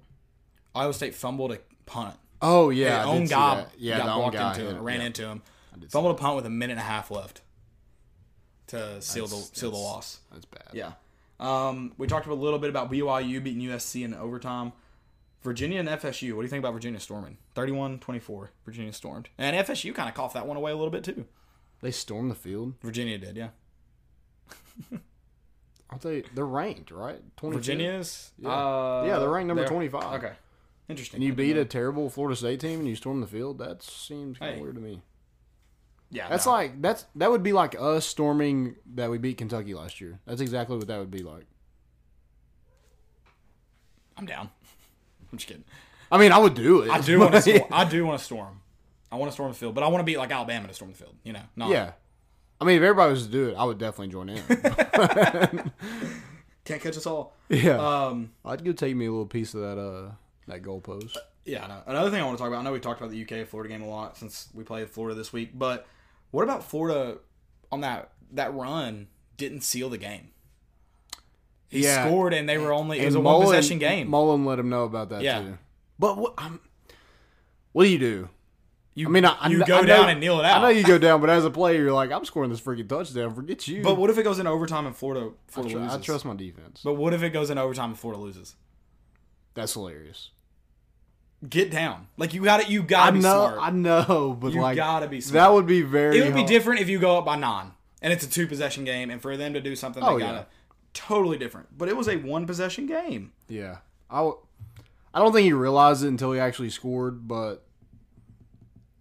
Speaker 1: Iowa State fumbled a punt.
Speaker 2: oh yeah
Speaker 1: Their
Speaker 2: I
Speaker 1: own
Speaker 2: did see
Speaker 1: guy
Speaker 2: that. yeah
Speaker 1: got
Speaker 2: the own
Speaker 1: walked
Speaker 2: guy
Speaker 1: into
Speaker 2: hit
Speaker 1: him,
Speaker 2: it.
Speaker 1: ran
Speaker 2: Yeah.
Speaker 1: into him.
Speaker 2: did see
Speaker 1: Fumbled a punt with a minute and a half left to seal the
Speaker 2: That's-
Speaker 1: seal the
Speaker 2: that's-
Speaker 1: loss.
Speaker 2: that's bad
Speaker 1: Yeah. Um, we talked a little bit about BYU beating USC in overtime. Virginia and FSU. What do you think about Virginia storming? 31-24. Virginia stormed. And FSU kind of coughed that one away a little bit too.
Speaker 2: they stormed the field
Speaker 1: Virginia did, yeah.
Speaker 2: i'll tell you they're ranked right 20
Speaker 1: Virginia's? Yeah,
Speaker 2: Yeah, they're ranked number 25.
Speaker 1: Uh, Okay. Interesting.
Speaker 2: and you beat a terrible florida state team and you storm the field that seems kind of
Speaker 1: Hey.
Speaker 2: weird to me
Speaker 1: Yeah.
Speaker 2: That's
Speaker 1: no.
Speaker 2: like that's that would be like us storming that we beat Kentucky last year. That's exactly what that would be like.
Speaker 1: I'm down. I'm just kidding.
Speaker 2: I mean, I would do it.
Speaker 1: I do want to storm. I do want to storm. I want to storm the field, but I want to beat like Alabama to storm the field, you know. Not,
Speaker 2: yeah. I mean, if everybody was to do it, I would definitely join in.
Speaker 1: Can't catch us all.
Speaker 2: yeah,
Speaker 1: Um
Speaker 2: I'd go take me a little piece of that uh that goalpost.
Speaker 1: yeah, I know. Another thing I want to talk about. I know we talked about the UK Florida game a lot since we played Florida this week, but what about Florida on that that run didn't seal the game? He
Speaker 2: Yeah.
Speaker 1: scored and they were only it was a
Speaker 2: And
Speaker 1: one
Speaker 2: Mullen-
Speaker 1: possession game.
Speaker 2: Mullen let him know about that
Speaker 1: Yeah.
Speaker 2: too. But what I'm, what do you do?
Speaker 1: you,
Speaker 2: I mean, I, I
Speaker 1: you
Speaker 2: kn-
Speaker 1: go
Speaker 2: I know-
Speaker 1: down and kneel it out.
Speaker 2: I know you go down, but as a player, you're like, I'm scoring this freaking touchdown. Forget you.
Speaker 1: But what if it goes in overtime and Florida
Speaker 2: I,
Speaker 1: Florida
Speaker 2: tr- I
Speaker 1: loses?
Speaker 2: trust my defense.
Speaker 1: But what if it goes in overtime and Florida loses?
Speaker 2: That's hilarious.
Speaker 1: Get down. Like you got it. You got
Speaker 2: I
Speaker 1: to be
Speaker 2: know,
Speaker 1: smart.
Speaker 2: I know, but
Speaker 1: You
Speaker 2: like
Speaker 1: gotta be
Speaker 2: That
Speaker 1: smart.
Speaker 2: would be very.
Speaker 1: it would be
Speaker 2: hard.
Speaker 1: different if you go up by nine and it's a two possession game, and for them to do something,
Speaker 2: Oh,
Speaker 1: they
Speaker 2: yeah.
Speaker 1: gotta totally different. But it was a one possession game.
Speaker 2: Yeah, I, w- I don't think he realized it until he actually scored, but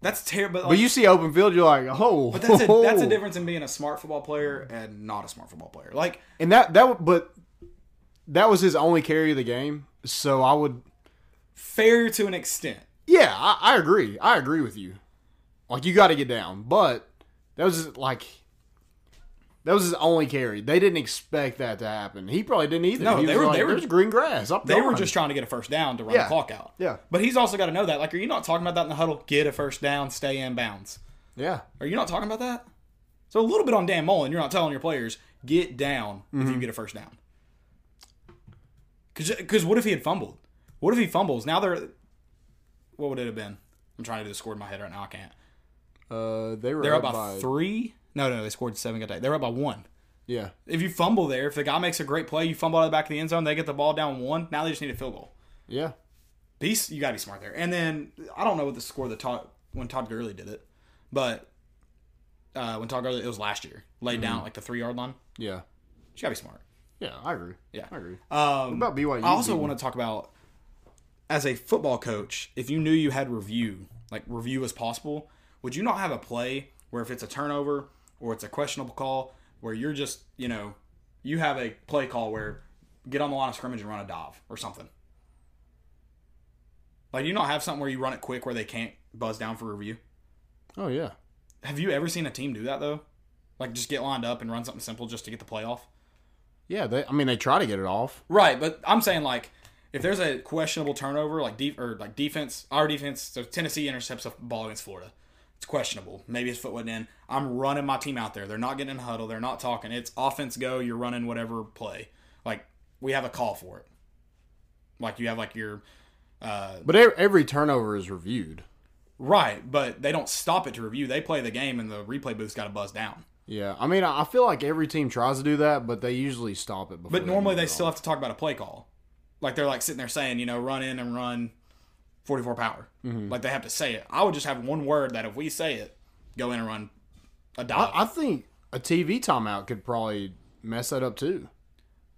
Speaker 1: That's terrible.
Speaker 2: But you see open field, you're like, oh.
Speaker 1: But that's a, that's a difference in being a smart football player and not a smart football player. Like
Speaker 2: And that that but that was his only carry of the game. So I would,
Speaker 1: fair to an extent.
Speaker 2: yeah, I, I agree. I agree with you. Like you got to get down, but that was just, like that was his only carry. They didn't expect that to happen. He probably didn't either.
Speaker 1: No,
Speaker 2: He
Speaker 1: they
Speaker 2: was
Speaker 1: were-
Speaker 2: like,
Speaker 1: they were-
Speaker 2: "There's green grass. I'm
Speaker 1: They were
Speaker 2: gone."
Speaker 1: just trying to get a first down to run
Speaker 2: Yeah.
Speaker 1: the clock out.
Speaker 2: Yeah.
Speaker 1: But he's also got to know that. Like, are you not talking about that in the huddle? Get a first down, stay in bounds.
Speaker 2: yeah.
Speaker 1: Are you not talking about that? So a little bit on Dan Mullen, you're not telling your players get down if
Speaker 2: Mm-hmm.
Speaker 1: you get a first down. Because what if he had fumbled? What if he fumbles? Now they're what would it have been? I'm trying to do the score in my head right now. I can't.
Speaker 2: Uh, they were
Speaker 1: They're
Speaker 2: up
Speaker 1: up by,
Speaker 2: by
Speaker 1: three. No, no, they scored seven. Got that. They're up by one.
Speaker 2: yeah.
Speaker 1: If you fumble there, if the guy makes a great play, you fumble out of the back of the end zone, they get the ball down one. Now they just need a field goal.
Speaker 2: Yeah.
Speaker 1: Peace. You got to be smart there. And then I don't know what the score the Todd when Todd Gurley did it, but uh, when Todd Gurley it was last year laid down at, like the three yard line.
Speaker 2: Yeah.
Speaker 1: You got to be smart.
Speaker 2: Yeah, I agree.
Speaker 1: Yeah.
Speaker 2: I agree.
Speaker 1: Um,
Speaker 2: What about BYU?
Speaker 1: I also
Speaker 2: beating-
Speaker 1: want to talk about as a football coach, if you knew you had review, like review as possible, would you not have a play where if it's a turnover or it's a questionable call where you're just, you know, you have a play call where get on the line of scrimmage and run a dive or something? Like, do you not have something where you run it quick where they can't buzz down for review?
Speaker 2: Oh yeah.
Speaker 1: Have you ever seen a team do that though? Like, just get lined up and run something simple just to get the play off?
Speaker 2: Yeah, they, I mean they try to get it off.
Speaker 1: Right, but I'm saying like if there's a questionable turnover, like deep or like defense, our defense. So Tennessee intercepts a ball against Florida. It's questionable. Maybe his foot went in. I'm running my team out there. They're not getting in the huddle. They're not talking. It's offense go. You're running whatever play. Like we have a call for it. Like you have like your uh,
Speaker 2: But every, every turnover is reviewed.
Speaker 1: right, but they don't stop it to review. They play the game, and the replay booth's got to buzz down.
Speaker 2: Yeah, I mean I I feel like every team tries to do that, but they usually stop it before.
Speaker 1: But normally
Speaker 2: move
Speaker 1: they
Speaker 2: it
Speaker 1: still
Speaker 2: on.
Speaker 1: have to talk about a play call. Like they're like sitting there saying, you know, run in and run 44 power.
Speaker 2: Mm-hmm.
Speaker 1: Like they have to say it. I would just have one word that if we say it, go in and run a dive.
Speaker 2: I think a TV timeout could probably mess that up too.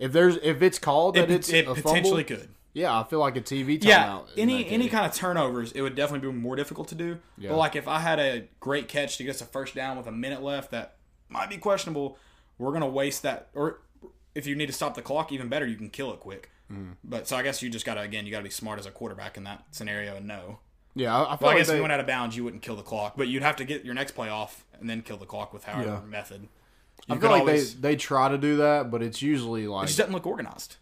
Speaker 2: If there's if it's called that
Speaker 1: it
Speaker 2: it's
Speaker 1: it
Speaker 2: a
Speaker 1: potentially
Speaker 2: fumble,
Speaker 1: could.
Speaker 2: yeah, I feel like a TV timeout.
Speaker 1: Yeah,
Speaker 2: in
Speaker 1: any
Speaker 2: that
Speaker 1: any
Speaker 2: case.
Speaker 1: kind of turnovers, it would definitely be more difficult to do.
Speaker 2: Yeah.
Speaker 1: But like if I had a great catch to get us a first down with a minute left, that might be questionable. We're gonna waste that, or if you need to stop the clock, even better, you can kill it quick.
Speaker 2: Mm.
Speaker 1: But so I guess you just gotta again, you gotta be smart as a quarterback in that scenario and know
Speaker 2: yeah, I, I feel
Speaker 1: Well, I
Speaker 2: like
Speaker 1: guess if
Speaker 2: they,
Speaker 1: you went out of bounds, you wouldn't kill the clock, but you'd have to get your next play off and then kill the clock with however
Speaker 2: Yeah.
Speaker 1: method.
Speaker 2: I
Speaker 1: You
Speaker 2: feel
Speaker 1: could
Speaker 2: like
Speaker 1: always.
Speaker 2: they they try to do that, but it's usually like
Speaker 1: it just doesn't look organized.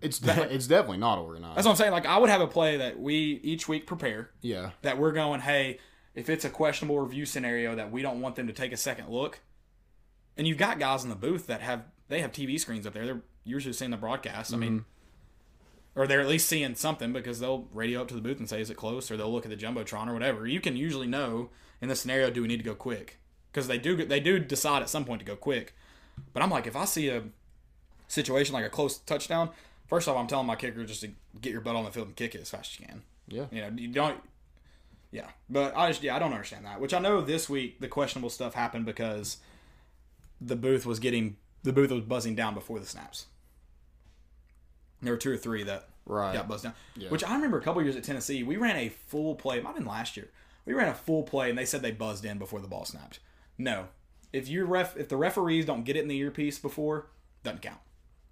Speaker 2: it's de- it's definitely not organized.
Speaker 1: That's what I'm saying. Like I would have a play that we each week prepare
Speaker 2: Yeah,
Speaker 1: that we're going. Hey, if it's a questionable review scenario that we don't want them to take a second look, and you've got guys in the booth that have they have TV screens up there. They're usually seeing the broadcast. I mean, or they're at least seeing something because they'll radio up to the booth and say, "Is it close?" Or they'll look at the jumbotron or whatever. You can usually know in this scenario, do we need to go quick? Because they do they do decide at some point to go quick. But I'm like, if I see a situation like a close touchdown, first off, I'm telling my kicker just to get your butt on the field and kick it as fast as you can.
Speaker 2: Yeah.
Speaker 1: you know, you don't. Yeah, but I just yeah I don't understand that. Which I know this week the questionable stuff happened because the booth was getting the booth was buzzing down before the snaps. There were two or three that
Speaker 2: Right.
Speaker 1: got buzzed down. Which I remember a couple years at Tennessee, we ran a full play. It might have been last year. We ran a full play and they said they buzzed in before the ball snapped. No. If you ref if the referees don't get it in the earpiece before, doesn't count.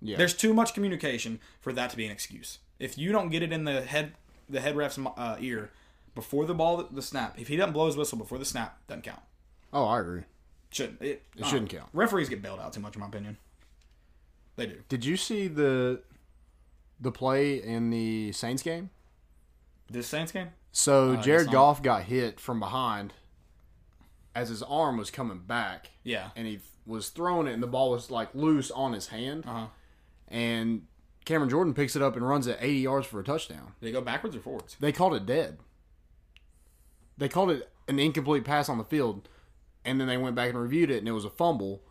Speaker 2: Yeah.
Speaker 1: There's too much communication for that to be an excuse. If you don't get it in the head the head ref's uh, ear before the ball the snap, if he doesn't blow his whistle before the snap, doesn't count.
Speaker 2: oh, I agree.
Speaker 1: Shouldn't it? It
Speaker 2: shouldn't count.
Speaker 1: Referees get bailed out too much, in my opinion. They do.
Speaker 2: Did you see the the play in the Saints game?
Speaker 1: This Saints game?
Speaker 2: So Jared
Speaker 1: not.
Speaker 2: Goff got hit from behind as his arm was coming back,
Speaker 1: Yeah.
Speaker 2: and he was throwing it, and the ball was like loose on his hand,
Speaker 1: Uh-huh.
Speaker 2: and Cameron Jordan picks it up and runs it 80 yards for a touchdown.
Speaker 1: Did it go backwards or forwards?
Speaker 2: They called it dead. They called it an incomplete pass on the field, and then they went back and reviewed it, and it was a fumble.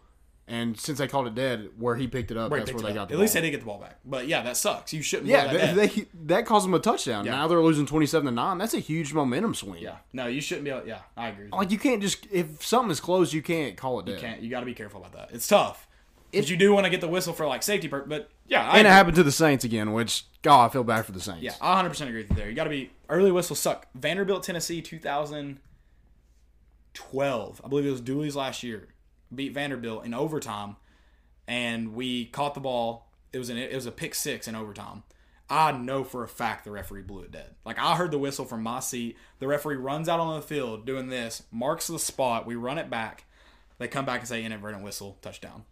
Speaker 2: And since they called it dead, where he picked it up, that's
Speaker 1: Picked
Speaker 2: where
Speaker 1: it
Speaker 2: they
Speaker 1: up.
Speaker 2: got the
Speaker 1: At least
Speaker 2: ball.
Speaker 1: they did get the ball back. But yeah, that sucks. You shouldn't.
Speaker 2: Yeah,
Speaker 1: Yeah,
Speaker 2: that,
Speaker 1: that
Speaker 2: they, that caused them a touchdown. Now they're losing twenty-seven to nine. That's a huge momentum swing.
Speaker 1: yeah. No, you shouldn't be. Able, yeah, I agree. With you.
Speaker 2: like you can't just if something is close, you can't call it dead.
Speaker 1: Can't you got to be careful about that? It's tough. Because you do want to get the whistle for like safety, per- but yeah, I
Speaker 2: And it
Speaker 1: agree.
Speaker 2: happened to the Saints again, which God, I feel bad for the Saints.
Speaker 1: yeah, I 100 percent agree with you there. You got to be early whistles suck. Vanderbilt, Tennessee, 2000. 12. I believe it was Dooley's last year. Beat Vanderbilt in overtime, and we caught the ball. It was an it was a pick six in overtime. I know for a fact the referee blew it dead. Like I heard the whistle from my seat. The referee runs out on the field doing this, marks the spot. We run it back. They come back and say inadvertent whistle, touchdown.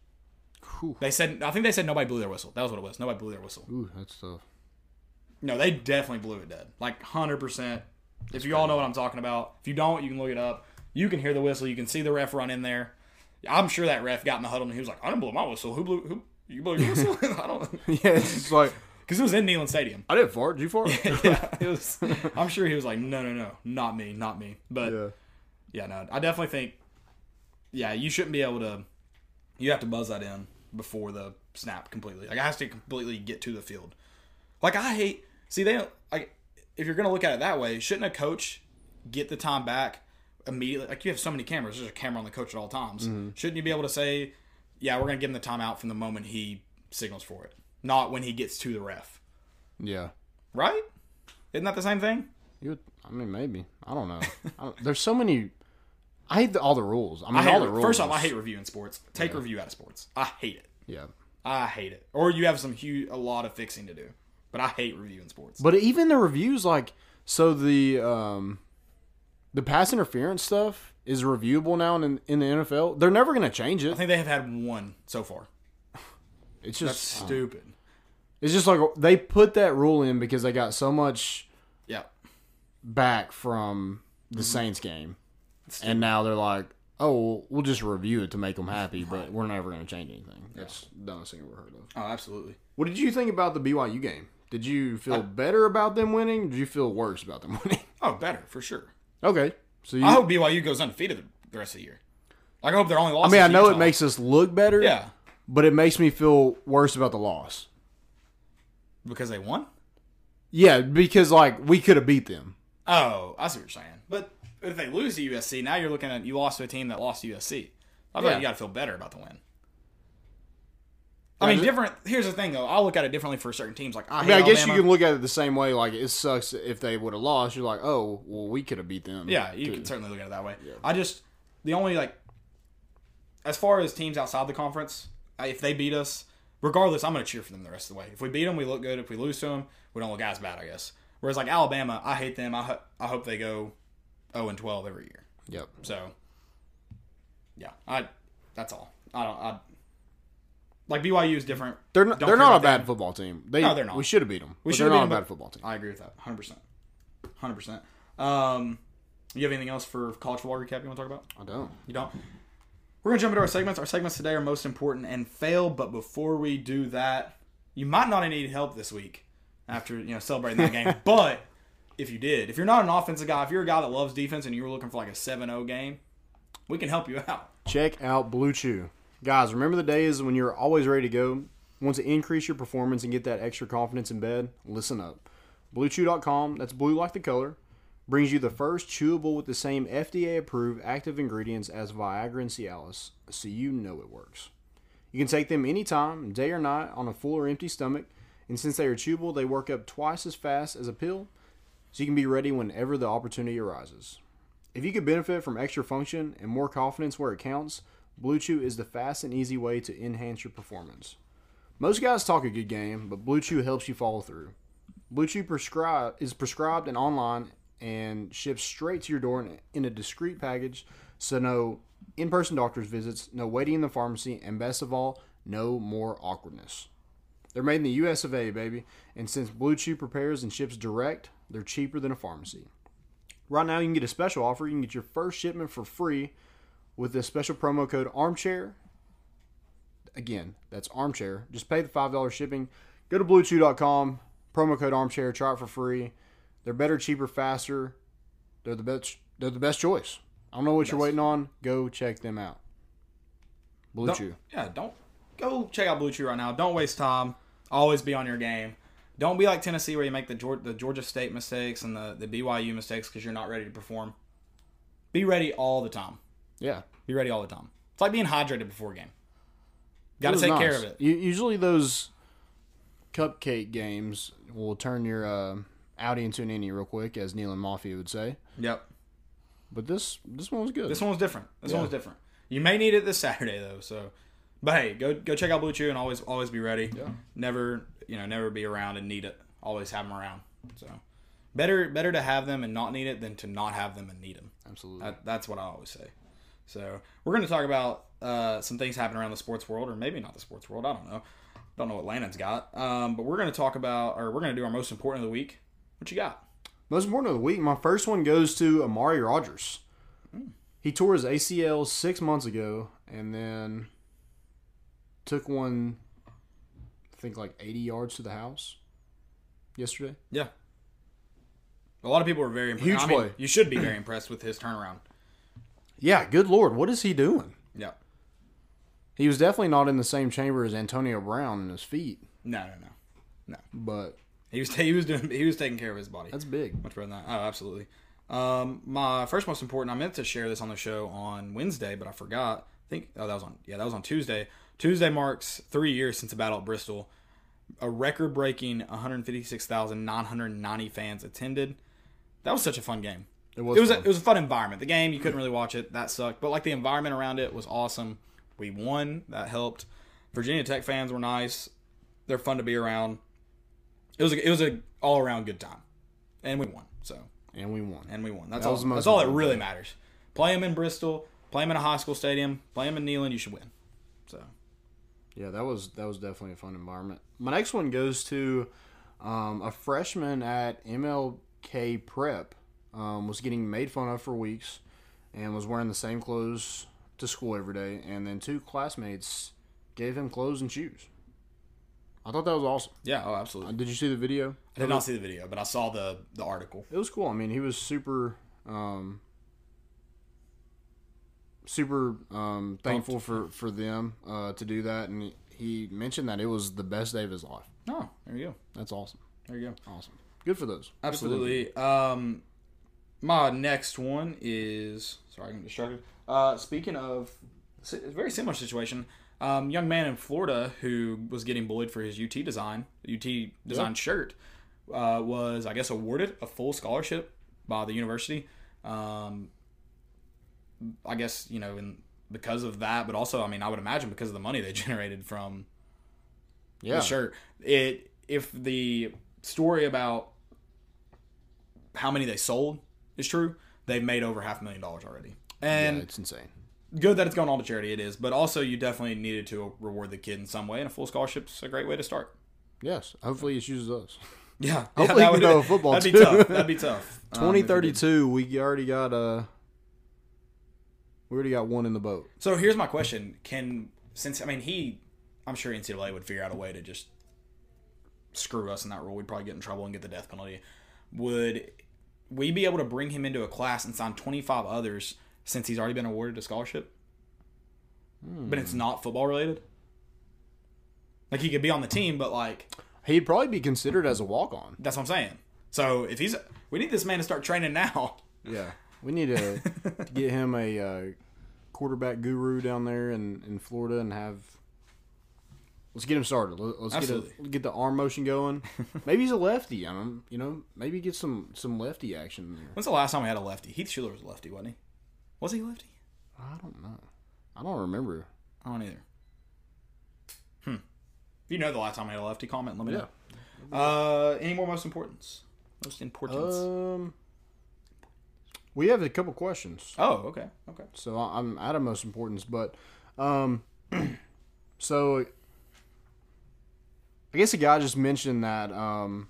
Speaker 2: Whew.
Speaker 1: They said I think they said nobody blew their whistle. That was what it was. Nobody blew their whistle.
Speaker 2: Ooh, that's tough.
Speaker 1: No, they definitely blew it dead. Like hundred percent. If you all know what I'm talking about, if you don't, you can look it up. You can hear the whistle. You can see the ref run in there. I'm sure that ref got in the huddle and he was like, "I didn't blow my whistle. Who blew? Who you blew your whistle? I don't."
Speaker 2: Yeah, it's just like
Speaker 1: Because it was in Neyland Stadium.
Speaker 2: I didn't fart. Did you fart?
Speaker 1: yeah, it was. I'm sure he was like, "No, no, no, not me, not me." But
Speaker 2: yeah.
Speaker 1: yeah, no, I definitely think, yeah, you shouldn't be able to. You have to buzz that in before the snap completely. Like, it has to completely get to the field. Like, I hate. See, they don't. Like, if you're gonna look at it that way, shouldn't a coach get the time back immediately? Like, you have so many cameras. There's a camera on the coach at all times.
Speaker 2: Mm-hmm.
Speaker 1: Shouldn't you be able to say, "Yeah, we're gonna give him the timeout from the moment he signals for it, not when he gets to the ref."
Speaker 2: Yeah.
Speaker 1: Right? Isn't that the same thing?
Speaker 2: You would, I mean, maybe. I don't know. I don't, there's so many. I hate the, all the rules. I mean,
Speaker 1: I hate,
Speaker 2: all the rules.
Speaker 1: First off, I hate reviewing sports. Take review out of sports. I hate it.
Speaker 2: Yeah.
Speaker 1: I hate it. Or you have some huge, a lot of fixing to do. But I hate reviewing sports.
Speaker 2: But even the reviews, like, so the um, the pass interference stuff is reviewable now in in the NFL. They're never gonna change
Speaker 1: I
Speaker 2: it.
Speaker 1: think they have had one so far.
Speaker 2: It's
Speaker 1: That's
Speaker 2: just
Speaker 1: stupid.
Speaker 2: it's just like they put that rule in because they got so much
Speaker 1: Yeah.
Speaker 2: back from the
Speaker 1: Mm-hmm.
Speaker 2: Saints game, and now they're like, oh, well, we'll just review it to make them happy, but we're never gonna change anything. That's the dumbest thing I've ever heard of.
Speaker 1: Oh, absolutely.
Speaker 2: What did you think about the BYU game? Did you feel better about them winning? Did you feel worse about them winning?
Speaker 1: Oh, better for sure.
Speaker 2: okay, so you,
Speaker 1: I hope BYU goes undefeated the- the rest of the year. Like, I hope they're only lost.
Speaker 2: I mean, I know it makes us look better.
Speaker 1: Yeah,
Speaker 2: but it makes me feel worse about the loss.
Speaker 1: because they won.
Speaker 2: Yeah, because like we could have beat them.
Speaker 1: Oh, I see what you're saying. But if they lose to USC, now you're looking at you lost to a team that lost to USC. I feel
Speaker 2: Yeah.
Speaker 1: like you got to feel better about the win. I mean,
Speaker 2: just-
Speaker 1: different. Here's the thing, though. I'll look at it differently for certain teams. Like, I,
Speaker 2: I
Speaker 1: hate
Speaker 2: mean, I guess you
Speaker 1: Alabama.
Speaker 2: can look at it the same way. Like it sucks if they would have lost. You're like, oh, well, we could have beat them.
Speaker 1: Yeah, you
Speaker 2: too.
Speaker 1: can certainly look at it that way. I just the only like as far as teams outside the conference, I- if they beat us, regardless, I'm going to cheer for them the rest of the way. If we beat them, we look good. If we lose to them, we don't look as bad, I guess. Whereas like Alabama, I hate them. I ho- I hope they go 0 and 12 every year.
Speaker 2: Yep.
Speaker 1: So yeah, I that's all. I don't I like BYU is different.
Speaker 2: They're not.
Speaker 1: Don't
Speaker 2: they're
Speaker 1: care
Speaker 2: not a
Speaker 1: about
Speaker 2: bad football team. They,
Speaker 1: No, they're not.
Speaker 2: We should have beat them. We
Speaker 1: should
Speaker 2: should. They're
Speaker 1: have
Speaker 2: not a
Speaker 1: beat them,
Speaker 2: bad football team.
Speaker 1: I agree with that 100%. 100%. Um you have anything else for college football recap you want to talk about?
Speaker 2: I don't.
Speaker 1: You don't. We're gonna jump into our segments. Our segments today are most important and fail. But before we do that, you might not need help this week after you know celebrating that game. but if you did, if you're not an offensive guy, if you're a guy that loves defense and you were looking for like a 7-0 game, we can help you out.
Speaker 2: Check out Blue Chew. Guys, remember the days when you're always ready to go? Want to increase your performance and get that extra confidence in bed? Listen up. BlueChew.com, that's blue like the color, brings you the first chewable with the same FDA approved active ingredients as Viagra and Cialis, so you know it works. You can take them anytime, day or night, on a full or empty stomach, and since they are chewable, they work up twice as fast as a pill, so you can be ready whenever the opportunity arises. If you could benefit from extra function and more confidence where it counts, Blue Chew is the fast and easy way to enhance your performance. Most guys talk a good game, but Blue Chew helps you follow through. Blue Chew prescribe, is prescribed and online and ships straight to your door in, in a discreet package, so no in person doctor's visits, no waiting in the pharmacy, and best of all, no more awkwardness. They're made in the US of A, baby, and since Blue Chew prepares and ships direct, they're cheaper than a pharmacy. Right now, you can get a special offer. You can get your first shipment for free with the special promo code armchair. Again, that's armchair. Just pay the $5 shipping. Go to bluechew.com, promo code armchair, try it for free. They're better, cheaper, faster. They're the best they're the best choice. I don't know what you're waiting on. Go check them out. Blue
Speaker 1: Don't-
Speaker 2: Chew.
Speaker 1: Yeah, don't go check out Blue Chew right now. Don't waste time. Always be on your game. Don't be like Tennessee where you make the Geor- the Georgia State mistakes and the, the BYU mistakes because you're not ready to perform. Be ready all the time.
Speaker 2: Yeah.
Speaker 1: Be ready all the time. It's like being hydrated before a game. Got
Speaker 2: It
Speaker 1: to
Speaker 2: was
Speaker 1: take care
Speaker 2: nice.
Speaker 1: of it.
Speaker 2: U- Usually those cupcake games will turn your uh, Audi into an innie real quick, as Neil and Mafia would say.
Speaker 1: Yep.
Speaker 2: But this this one was good.
Speaker 1: This one was different. This
Speaker 2: Yeah.
Speaker 1: one was different. You may need it this Saturday though. So, but hey, go go check out Blue Chew and always always be ready.
Speaker 2: Yeah.
Speaker 1: Never you know never be around and need it. Always have them around. So better better to have them and not need it than to not have them and need them.
Speaker 2: Absolutely.
Speaker 1: That, that's what I always say. So we're going to talk about uh, some things happening around the sports world, or maybe not the sports world. I don't know. Don't know what Landon's got. Um, but we're going to talk about, or we're going to do our most important of the week. What you got?
Speaker 2: Most important of the week, my first one goes to Amari Rogers.
Speaker 1: Hmm.
Speaker 2: He tore his ACL six months ago and then took one, I think like 80 yards to the house yesterday.
Speaker 1: Yeah. A lot of people are very impressed.
Speaker 2: Huge
Speaker 1: I mean,
Speaker 2: play.
Speaker 1: You should be very impressed with his turnaround.
Speaker 2: Yeah, good Lord. What is he doing?
Speaker 1: Yeah.
Speaker 2: He was definitely not in the same chamber as Antonio Brown in his feet,
Speaker 1: No, no, no.
Speaker 2: but
Speaker 1: He was he was doing he was taking care of his body.
Speaker 2: that's big.
Speaker 1: Much better than that. Oh, absolutely. Um, my first most important. I meant to share this on the show on Wednesday, but I forgot. I think oh that was on yeah that was on Tuesday. Tuesday marks three years since the battle at Bristol. A record-breaking 156,990 fans attended. That was such a fun game. It was a,
Speaker 2: fun.
Speaker 1: it was a fun environment. The game you couldn't really watch it. That sucked, but like the environment around it was awesome. We won. That helped. Virginia Tech fans were nice. They're fun to be around. It was a, it was a all around good time, and we won. So
Speaker 2: and we won.
Speaker 1: and we won. That's
Speaker 2: That
Speaker 1: all.
Speaker 2: was the most
Speaker 1: That's all that
Speaker 2: important
Speaker 1: really matters. Play them in Bristol. Play them in a high school stadium. Play them in Neyland. You should win. So
Speaker 2: Yeah, that was that was definitely a fun environment. My next one goes to um, a freshman at MLK Prep um, was getting made fun of for weeks and was wearing the same clothes to school every day, and then two classmates gave him clothes and shoes. I thought that was awesome.
Speaker 1: yeah, oh
Speaker 2: Uh,
Speaker 1: absolutely.
Speaker 2: Did you see the video?
Speaker 1: I did not see the video, but I saw the the article.
Speaker 2: It was cool. I mean, he was super, um, super um, thankful for for them uh, to do that, and he, he mentioned that it was the best day of his life.
Speaker 1: Oh, there you go.
Speaker 2: That's awesome.
Speaker 1: There you go.
Speaker 2: Awesome. Good for those. Good for them.
Speaker 1: Absolutely. Um, my next one is sorry, I'm distracted. Uh, speaking of it's a very similar situation, um, young man in Florida who was getting bullied for his UT design, UT design shirt, uh, was I guess awarded a full scholarship by the university. Um, I guess you know, and because of that, but also I mean, I would imagine because of the money they generated from
Speaker 2: Yeah.
Speaker 1: the shirt. It if the story about how many they sold is true, they've made over half a million dollars already.
Speaker 2: Yeah,
Speaker 1: And
Speaker 2: it's insane.
Speaker 1: good that it's going all to charity, it is. But also, you definitely needed to reward the kid in some way, and a full scholarship's a great way to start.
Speaker 2: Yes. Hopefully it uses
Speaker 1: Um,
Speaker 2: us. Uh,
Speaker 1: Yeah,
Speaker 2: Hopefully
Speaker 1: yeah,
Speaker 2: you can go to football,
Speaker 1: That'd be
Speaker 2: too.
Speaker 1: tough. That'd be tough. Um,
Speaker 2: Twenty
Speaker 1: if you
Speaker 2: thirty
Speaker 1: did.
Speaker 2: two. We already got uh We already got one in the boat.
Speaker 1: So here's my question: Can since I mean he, I'm sure NCAA would figure out a way to just screw us in that rule. We'd probably get in trouble and get the death penalty. Would we be able to bring him into a class and sign 25 others since he's already been awarded a scholarship? But it's not football related. Like he could be on the team, but like
Speaker 2: He'd probably be considered as a walk on.
Speaker 1: that's what I'm saying. So if he's, we need this man to start training now.
Speaker 2: Yeah. We need to get him a uh, quarterback guru down there in, in Florida and have. Let's get him started. Let- Let's get, a,
Speaker 1: Absolutely.
Speaker 2: get the arm motion going. Maybe he's a lefty. I don't. You know. Maybe get some some lefty action. in there.
Speaker 1: When's the last time we had a lefty? Heath Schuler was a lefty, wasn't he? Was he a lefty?
Speaker 2: I don't know. I don't remember.
Speaker 1: I don't either. Hmm. If you know the last time I had a lefty comment, let me know. Uh, any more most Uh, importance? Most importance.
Speaker 2: Um, we have a couple questions,
Speaker 1: oh, okay, okay.
Speaker 2: so I- I'm out of most importance, but um, so I guess the guy just mentioned that um,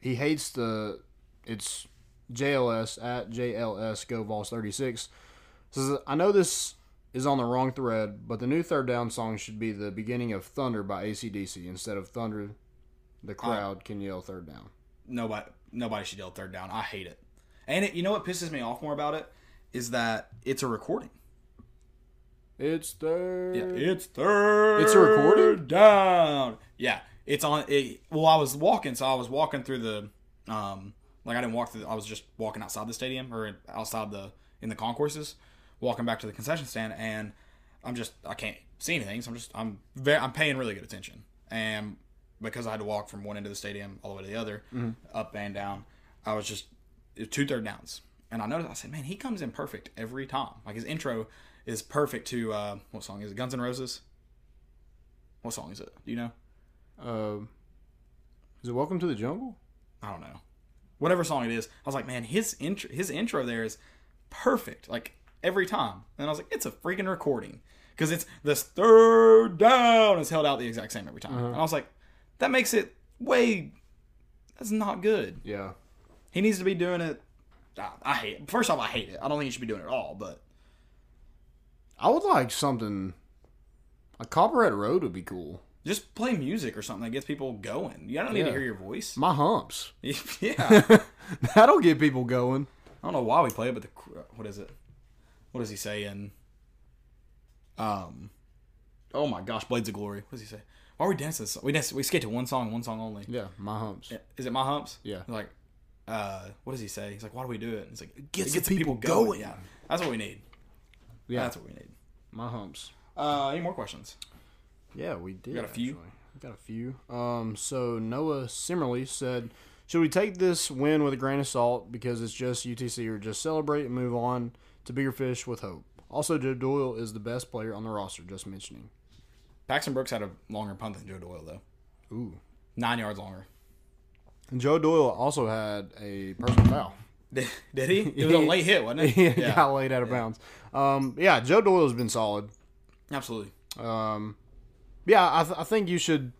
Speaker 2: he hates the it's JLS at JLS Go Vols 36 says I know this is on the wrong thread, but the new third down song should be the beginning of Thunder by ACDC instead of Thunder. The crowd can yell third down.
Speaker 1: Nobody, nobody should yell third down. I hate it. And it, you know what pisses me off more about it is that it's a recording.
Speaker 2: It's third.
Speaker 1: Yeah, it's third.
Speaker 2: It's a recording?
Speaker 1: down. Yeah, it's on. It, well, I was walking, so I was walking through the, um, like I didn't walk through. The, I was just walking outside the stadium or outside the in the concourses, walking back to the concession stand, and I'm just I can't see anything. So I'm just I'm very I'm paying really good attention, and because I had to walk
Speaker 2: Mm-hmm.
Speaker 1: from one end of the stadium all the way to the other, up and down, I was just it was two third downs, and I noticed I said, man, he comes in perfect every time. Like his intro is perfect to uh, what song is it? Guns N' Roses. What song is it? Do you know?
Speaker 2: Um, is it Welcome to the Jungle?
Speaker 1: I don't know. Whatever song it is, I was like, man, his intro, his intro there is perfect, like every time. And I was like, it's a freaking recording because it's this third down is held out the exact same every time. And I was like, that makes it way. That's not good.
Speaker 2: Yeah.
Speaker 1: He needs to be doing it. I, I hate. It. First off, I hate it. I don't think he should be doing it at all. But
Speaker 2: I would like something. A Copperhead Road would be cool.
Speaker 1: just play music or something that gets people going. You don't need to
Speaker 2: Yeah.
Speaker 1: hear your voice.
Speaker 2: My humps.
Speaker 1: yeah.
Speaker 2: That'll get people going.
Speaker 1: I don't know why we play it, but the what is it? What does he say in? Um, oh my gosh, Blades of Glory. What does he say? Why are we dancing? this song? We dance. We skate to one song, one song only.
Speaker 2: Yeah, my humps.
Speaker 1: Is it my humps?
Speaker 2: Yeah.
Speaker 1: He's like, uh, what does he say? He's like, why do we do it? He's like, it
Speaker 2: gets
Speaker 1: gets,
Speaker 2: the
Speaker 1: the people,
Speaker 2: people
Speaker 1: going.
Speaker 2: going.
Speaker 1: Yeah, that's what we need.
Speaker 2: Yeah.
Speaker 1: that's what we need.
Speaker 2: My humps.
Speaker 1: Uh, any more questions?
Speaker 2: Yeah, we did.
Speaker 1: got a few?
Speaker 2: actually. We got a few. Um, so Noah Simmerly said, "Should we take this win with a grain of salt because it's just UTC, or just celebrate and move on to bigger fish with hope?" Also, Joe Doyle is the best player on the roster. Just mentioning.
Speaker 1: Paxton Brooks had a longer punt than Joe Doyle though,
Speaker 2: Ooh.
Speaker 1: nine yards longer.
Speaker 2: And Joe Doyle also had a personal foul.
Speaker 1: Did, did he? It was a late hit, wasn't it?
Speaker 2: yeah, got laid out of bounds. Um, yeah, Joe Doyle has been solid.
Speaker 1: absolutely.
Speaker 2: Um, yeah, I, th- I think you should.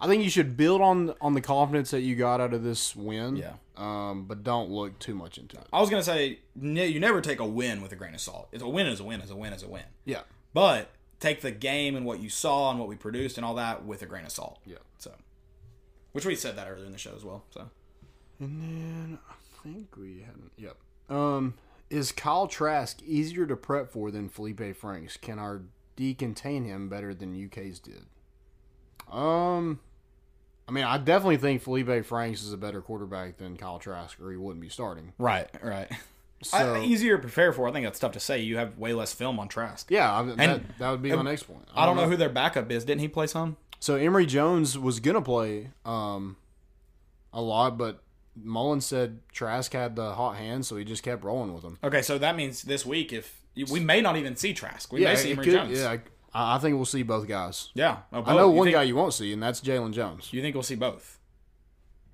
Speaker 2: I think you should build on on the confidence that you got out of this win.
Speaker 1: Yeah.
Speaker 2: Um, but don't look too much into it.
Speaker 1: I was gonna say ne- you never take a win with a grain of salt. It's a win is a win is a win is a win.
Speaker 2: Yeah.
Speaker 1: But take the game and what you saw and what we produced and all that with a grain of salt.
Speaker 2: Yeah.
Speaker 1: So, which we said that earlier in the show as well. So
Speaker 2: And then I think we hadn't. Yep. Um, is Kyle Trask easier to prep for than Felipe Franks? Can our D contain him better than UK's did? Um, I mean, I definitely think Felipe Franks is a better quarterback than Kyle Trask, or he wouldn't be starting.
Speaker 1: right, right.
Speaker 2: So
Speaker 1: I, easier to prepare for. I think that's tough to say. You have way less film on Trask.
Speaker 2: yeah, I, that,
Speaker 1: And-
Speaker 2: that would be my next point.
Speaker 1: I don't know who their backup is. Didn't he play some?
Speaker 2: So Emory Jones was gonna play um, a lot, but Mullen said Trask had the hot hand, so he just kept rolling with him.
Speaker 1: Okay, so that means this week, if we may not even see Trask, we may see
Speaker 2: it
Speaker 1: Emory
Speaker 2: could-
Speaker 1: Jones.
Speaker 2: yeah. I I think we'll see both guys.
Speaker 1: yeah. Oh,
Speaker 2: I know
Speaker 1: both. You
Speaker 2: one
Speaker 1: think-
Speaker 2: guy you won't see, and that's Jalen Jones.
Speaker 1: You think we'll see both?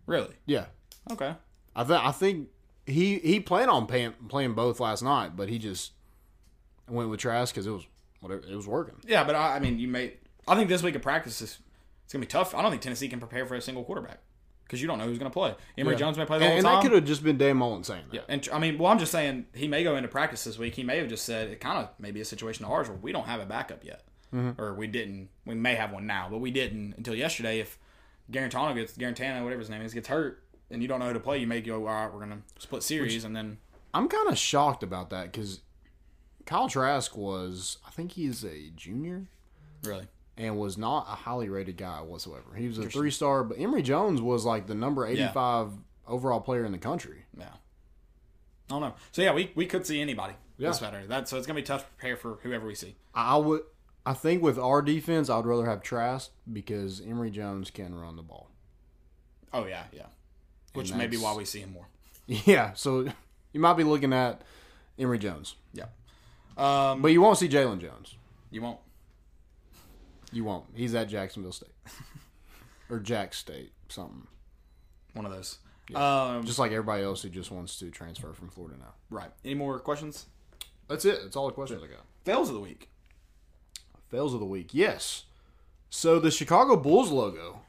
Speaker 1: Really?
Speaker 2: Yeah,
Speaker 1: Okay.
Speaker 2: I think I think he he planned on paying, playing both last night, but he just went with Trask because it was whatever it was working.
Speaker 1: Yeah, but I, I mean, you may. I think this week of practice is it's gonna be tough. I don't think Tennessee can prepare for a single quarterback because you don't know who's gonna play. Emory Jones may play the
Speaker 2: And, and
Speaker 1: whole
Speaker 2: that
Speaker 1: time.
Speaker 2: could have just been Dan Mullen saying that.
Speaker 1: yeah, and tr- I mean, well, I'm just saying he may go into practice this week. He may have just said it kind of may be a situation to ours where we don't have a backup yet,
Speaker 2: Mm-hmm.
Speaker 1: or we didn't. We may have one now, but we didn't until yesterday. If Garantano gets Garantano, whatever his name is, gets hurt. And you don't know who to play, you may go, all right, we're going to split series. and then,
Speaker 2: I'm kind of shocked about that because Kyle Trask was I think he's a junior.
Speaker 1: really,
Speaker 2: and was not a highly rated guy whatsoever. He was a three star, but Emory Jones was like the number eighty five overall player in the country.
Speaker 1: yeah. I don't know. So, yeah, we, we could see anybody
Speaker 2: Yeah.
Speaker 1: this Saturday. That, so, it's going to be tough to prepare for whoever we see.
Speaker 2: I I would, I think with our defense, I'd rather have Trask because Emory Jones can run the ball.
Speaker 1: Oh yeah, yeah. Which may be
Speaker 2: that's-
Speaker 1: why we see him more.
Speaker 2: Yeah, so you might be looking at Emory Jones,
Speaker 1: Yeah. Um,
Speaker 2: but you won't see Jalen Jones.
Speaker 1: you won't.
Speaker 2: You won't. He's at Jacksonville State or Jack State, something.
Speaker 1: One of those. Um,
Speaker 2: Just like everybody else who just wants to transfer from Florida now.
Speaker 1: right. Any more questions?
Speaker 2: That's it. That's all the questions I got.
Speaker 1: Fails of the week.
Speaker 2: Fails of the week. Yes. So the Chicago Bulls logo.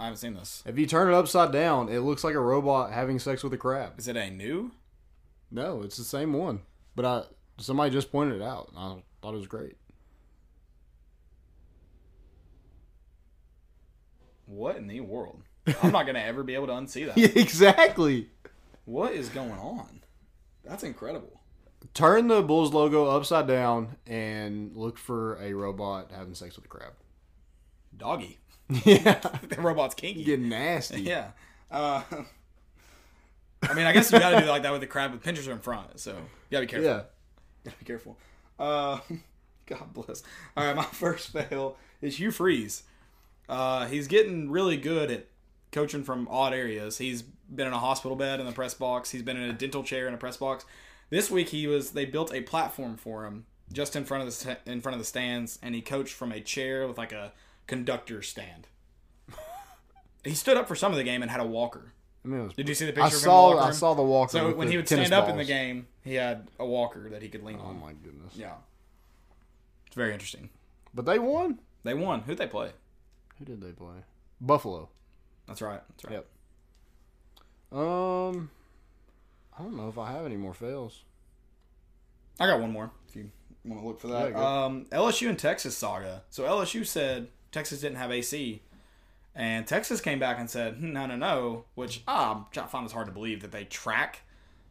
Speaker 1: I haven't seen this.
Speaker 2: If you turn it upside down, it looks like a robot having sex with a crab.
Speaker 1: Is it a new?
Speaker 2: No, it's the same one. But I somebody just pointed it out. and I thought it was great.
Speaker 1: What in the world? I'm not gonna ever be able to unsee that.
Speaker 2: exactly.
Speaker 1: What is going on? That's incredible.
Speaker 2: Turn the Bulls logo upside down and look for a robot having sex with a crab.
Speaker 1: Doggy.
Speaker 2: Yeah,
Speaker 1: The robot's kinky.
Speaker 2: get nasty.
Speaker 1: Yeah. Uh, I mean, I guess you gotta do it like that with the crab with pinchers in front. So you gotta be careful.
Speaker 2: Yeah.
Speaker 1: Gotta be careful. Uh, God bless. All right, my first fail is Hugh Freeze. Uh, he's getting really good at coaching from odd areas. He's been in a hospital bed in the press box. He's been in a dental chair in a press box. This week he was. They built a platform for him just in front of the st- in front of the stands, and he coached from a chair with like a conductor stand. he stood up for some of the game and had a walker.
Speaker 2: I mean, it was,
Speaker 1: Did you see the picture?
Speaker 2: I
Speaker 1: of him
Speaker 2: saw
Speaker 1: walking?
Speaker 2: I saw the walker.
Speaker 1: So
Speaker 2: with
Speaker 1: when
Speaker 2: the
Speaker 1: he would
Speaker 2: tennis
Speaker 1: stand up in the
Speaker 2: balls.
Speaker 1: game, he had a walker that he could lean
Speaker 2: Oh
Speaker 1: on.
Speaker 2: my goodness!
Speaker 1: Yeah, it's very interesting.
Speaker 2: But they won.
Speaker 1: They won. Who'd they play?
Speaker 2: Who did they play? Buffalo.
Speaker 1: That's right. That's right.
Speaker 2: Yep. Um, I don't know if I have any more fails.
Speaker 1: I got one more. If you want to look for that,
Speaker 2: Yeah, go.
Speaker 1: um, LSU and Texas saga. So LSU said Texas didn't have AC, and Texas came back and said "Hmm, no, no, no. Which ah, I find it's hard to believe that they track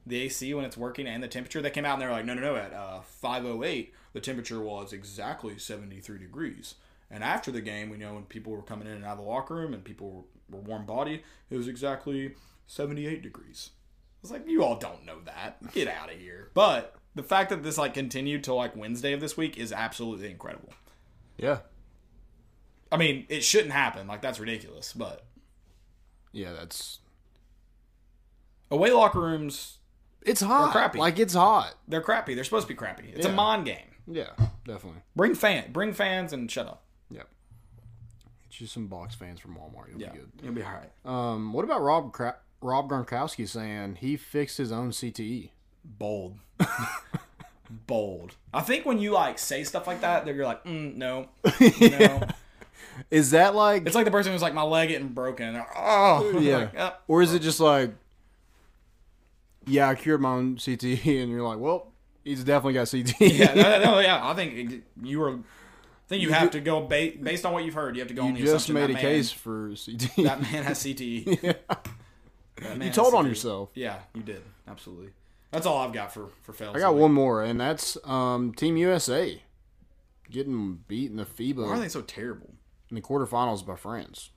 Speaker 1: the AC when it's working and the temperature. They came out and they were like, no, no, no. At uh, 5:08, the temperature was exactly 73 degrees. And after the game, we know when people were coming in and out of the locker room and people were, were warm bodied, it was exactly 78 degrees. I was like, you all don't know that. Get out of here. But the fact that this like continued till like Wednesday of this week is absolutely incredible.
Speaker 2: Yeah.
Speaker 1: I mean, it shouldn't happen. Like that's ridiculous. But
Speaker 2: Yeah, that's
Speaker 1: away locker rooms,
Speaker 2: it's hot.
Speaker 1: crappy.
Speaker 2: Like it's hot.
Speaker 1: they're crappy. They're supposed to be crappy. It's a
Speaker 2: Yeah.
Speaker 1: mind game.
Speaker 2: Yeah, definitely.
Speaker 1: Bring fan, bring fans, and shut up.
Speaker 2: Yep. Get you some box fans from Walmart. You'll
Speaker 1: Yeah,
Speaker 2: be good.
Speaker 1: you'll be all right.
Speaker 2: Um, what about Rob Cra- Rob Gronkowski saying he fixed his own E? CTE?
Speaker 1: bold bold i think when you like say stuff like that that you're like mm, no no
Speaker 2: Is that like
Speaker 1: it's like the person who's like my leg getting broken They're, oh
Speaker 2: yeah,
Speaker 1: Like, "Yep."
Speaker 2: or is it just like yeah, I cured my own CTE, and you're like, well, he's definitely got E. CTE.
Speaker 1: yeah no, no, no, yeah i think it- you were i think you, have to go ba- based on what you've heard you have to go on the
Speaker 2: you just
Speaker 1: assumption
Speaker 2: made a
Speaker 1: that man,
Speaker 2: case for CTE.
Speaker 1: that man has cte That man
Speaker 2: you
Speaker 1: has
Speaker 2: told on
Speaker 1: CTE.
Speaker 2: yourself.
Speaker 1: yeah you did absolutely that's all i've got for for fails
Speaker 2: I got one more, and that's um, Team USA getting beat in the FIBA
Speaker 1: why are they so terrible
Speaker 2: in the quarterfinals by France,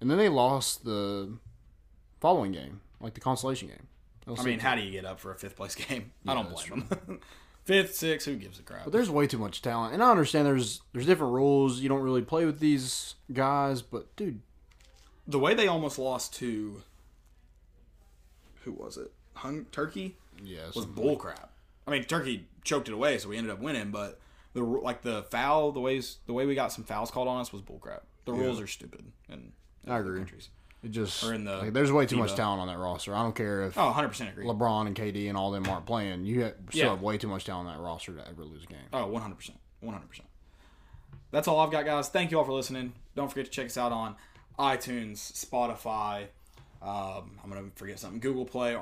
Speaker 2: and then they lost the following game, like the consolation game. That was
Speaker 1: i
Speaker 2: so
Speaker 1: mean how do you get up for a fifth place game i don't
Speaker 2: that's
Speaker 1: blame them fifth sixth who gives a crap
Speaker 2: But there's way too much talent, and I understand there's there's different rules. You don't really play with these guys, but dude,
Speaker 1: the way they almost lost to who was it? Hung Turkey
Speaker 2: yes,
Speaker 1: was bullcrap. I mean, Turkey choked it away, so we ended up winning. But the ru- like the foul, the ways the way we got some fouls called on us was bullcrap. The rules are stupid, and
Speaker 2: I agree.
Speaker 1: countries.
Speaker 2: It just
Speaker 1: in the
Speaker 2: like, there's way too much
Speaker 1: FIBA.
Speaker 2: talent on that roster. I don't care if
Speaker 1: Oh, 100 percent agree.
Speaker 2: LeBron and KD and all them aren't playing. You ha- still
Speaker 1: Yeah.
Speaker 2: have way too much talent on that roster to ever lose a game.
Speaker 1: Oh, 100 percent, 100 percent. That's all I've got, guys. Thank you all for listening. Don't forget to check us out on iTunes, Spotify. Um, I'm gonna forget something. Google Play,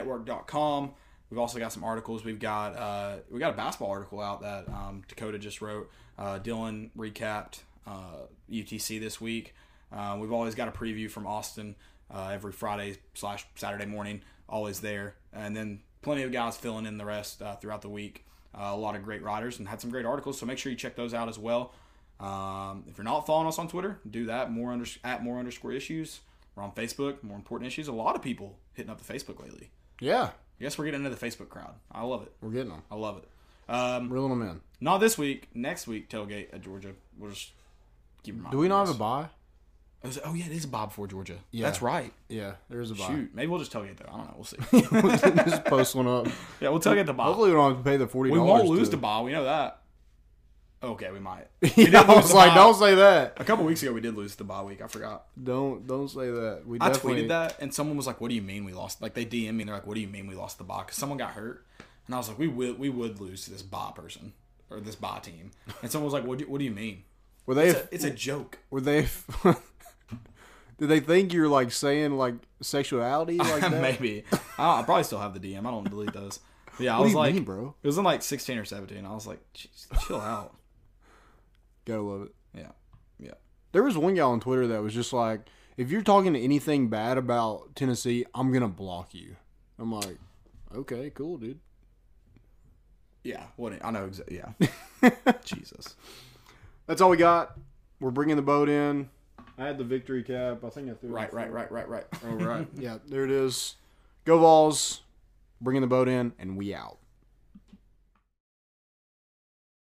Speaker 1: ArmchairMediaNetwork.com. We've also got some articles. We've got uh, we got a basketball article out that um, Dakota just wrote. Uh, Dylan recapped uh, UTC this week. Uh, we've always got a preview from Austin uh, every Friday slash Saturday morning. Always there, and then plenty of guys filling in the rest uh, throughout the week. Uh, a lot of great writers and had some great articles. So make sure you check those out as well. Um, if you're not following us on Twitter, do that. More under, at more underscore issues. We're on Facebook. More important issues. A lot of people hitting up the Facebook lately.
Speaker 2: Yeah,
Speaker 1: I guess we're getting into the Facebook crowd. I love it.
Speaker 2: we're getting them,
Speaker 1: I love it. Um,
Speaker 2: reeling them in.
Speaker 1: not this week. Next week, tailgate at Georgia. We'll just keep reminding.
Speaker 2: Do we not
Speaker 1: us.
Speaker 2: have a buy?
Speaker 1: It was- oh yeah, it is Bob for Georgia.
Speaker 2: Yeah.
Speaker 1: that's right.
Speaker 2: Yeah, there is a buy.
Speaker 1: Shoot, maybe we'll just tailgate though. I don't know. We'll see.
Speaker 2: just post one up.
Speaker 1: yeah, we'll tailgate the Bob.
Speaker 2: Hopefully, we don't have to pay the forty.
Speaker 1: We won't lose the Bob. We know that. Okay, we might. We did
Speaker 2: yeah, I
Speaker 1: lose
Speaker 2: was
Speaker 1: the
Speaker 2: like,
Speaker 1: bye.
Speaker 2: don't say that.
Speaker 1: A couple weeks ago, we did lose the bye week. I forgot.
Speaker 2: Don't don't say that. We
Speaker 1: I
Speaker 2: definitely
Speaker 1: tweeted that, and someone was like, "What do you mean we lost?" Like they DM me, and they're like, "What do you mean we lost the bye?" Because someone got hurt, and I was like, "We would we would lose to this bye person or this bye team." And someone was like, "What do you, what do you mean?"
Speaker 2: were they
Speaker 1: It's a, it's a joke.
Speaker 2: were they did they think you're like saying like sexuality like that?
Speaker 1: Maybe I, I probably still have the DM. I don't delete those. But yeah, I
Speaker 2: What do
Speaker 1: was
Speaker 2: you
Speaker 1: like,
Speaker 2: mean, bro?
Speaker 1: it was in like sixteen or seventeen. I was like, "Jeez, chill out.
Speaker 2: Gotta love it.
Speaker 1: Yeah, yeah.
Speaker 2: There was one guy on Twitter that was just like, if you're talking to anything bad about Tennessee, I'm gonna block you. I'm like, okay, cool, dude.
Speaker 1: Yeah, what I know. Exa- yeah, Jesus.
Speaker 2: That's all we got. We're bringing the boat in. I had the victory cap. I think I threw it.
Speaker 1: Right, right, right, right, right.
Speaker 2: All right. yeah, there it is. Go Vols. Bringing the boat in, and we out.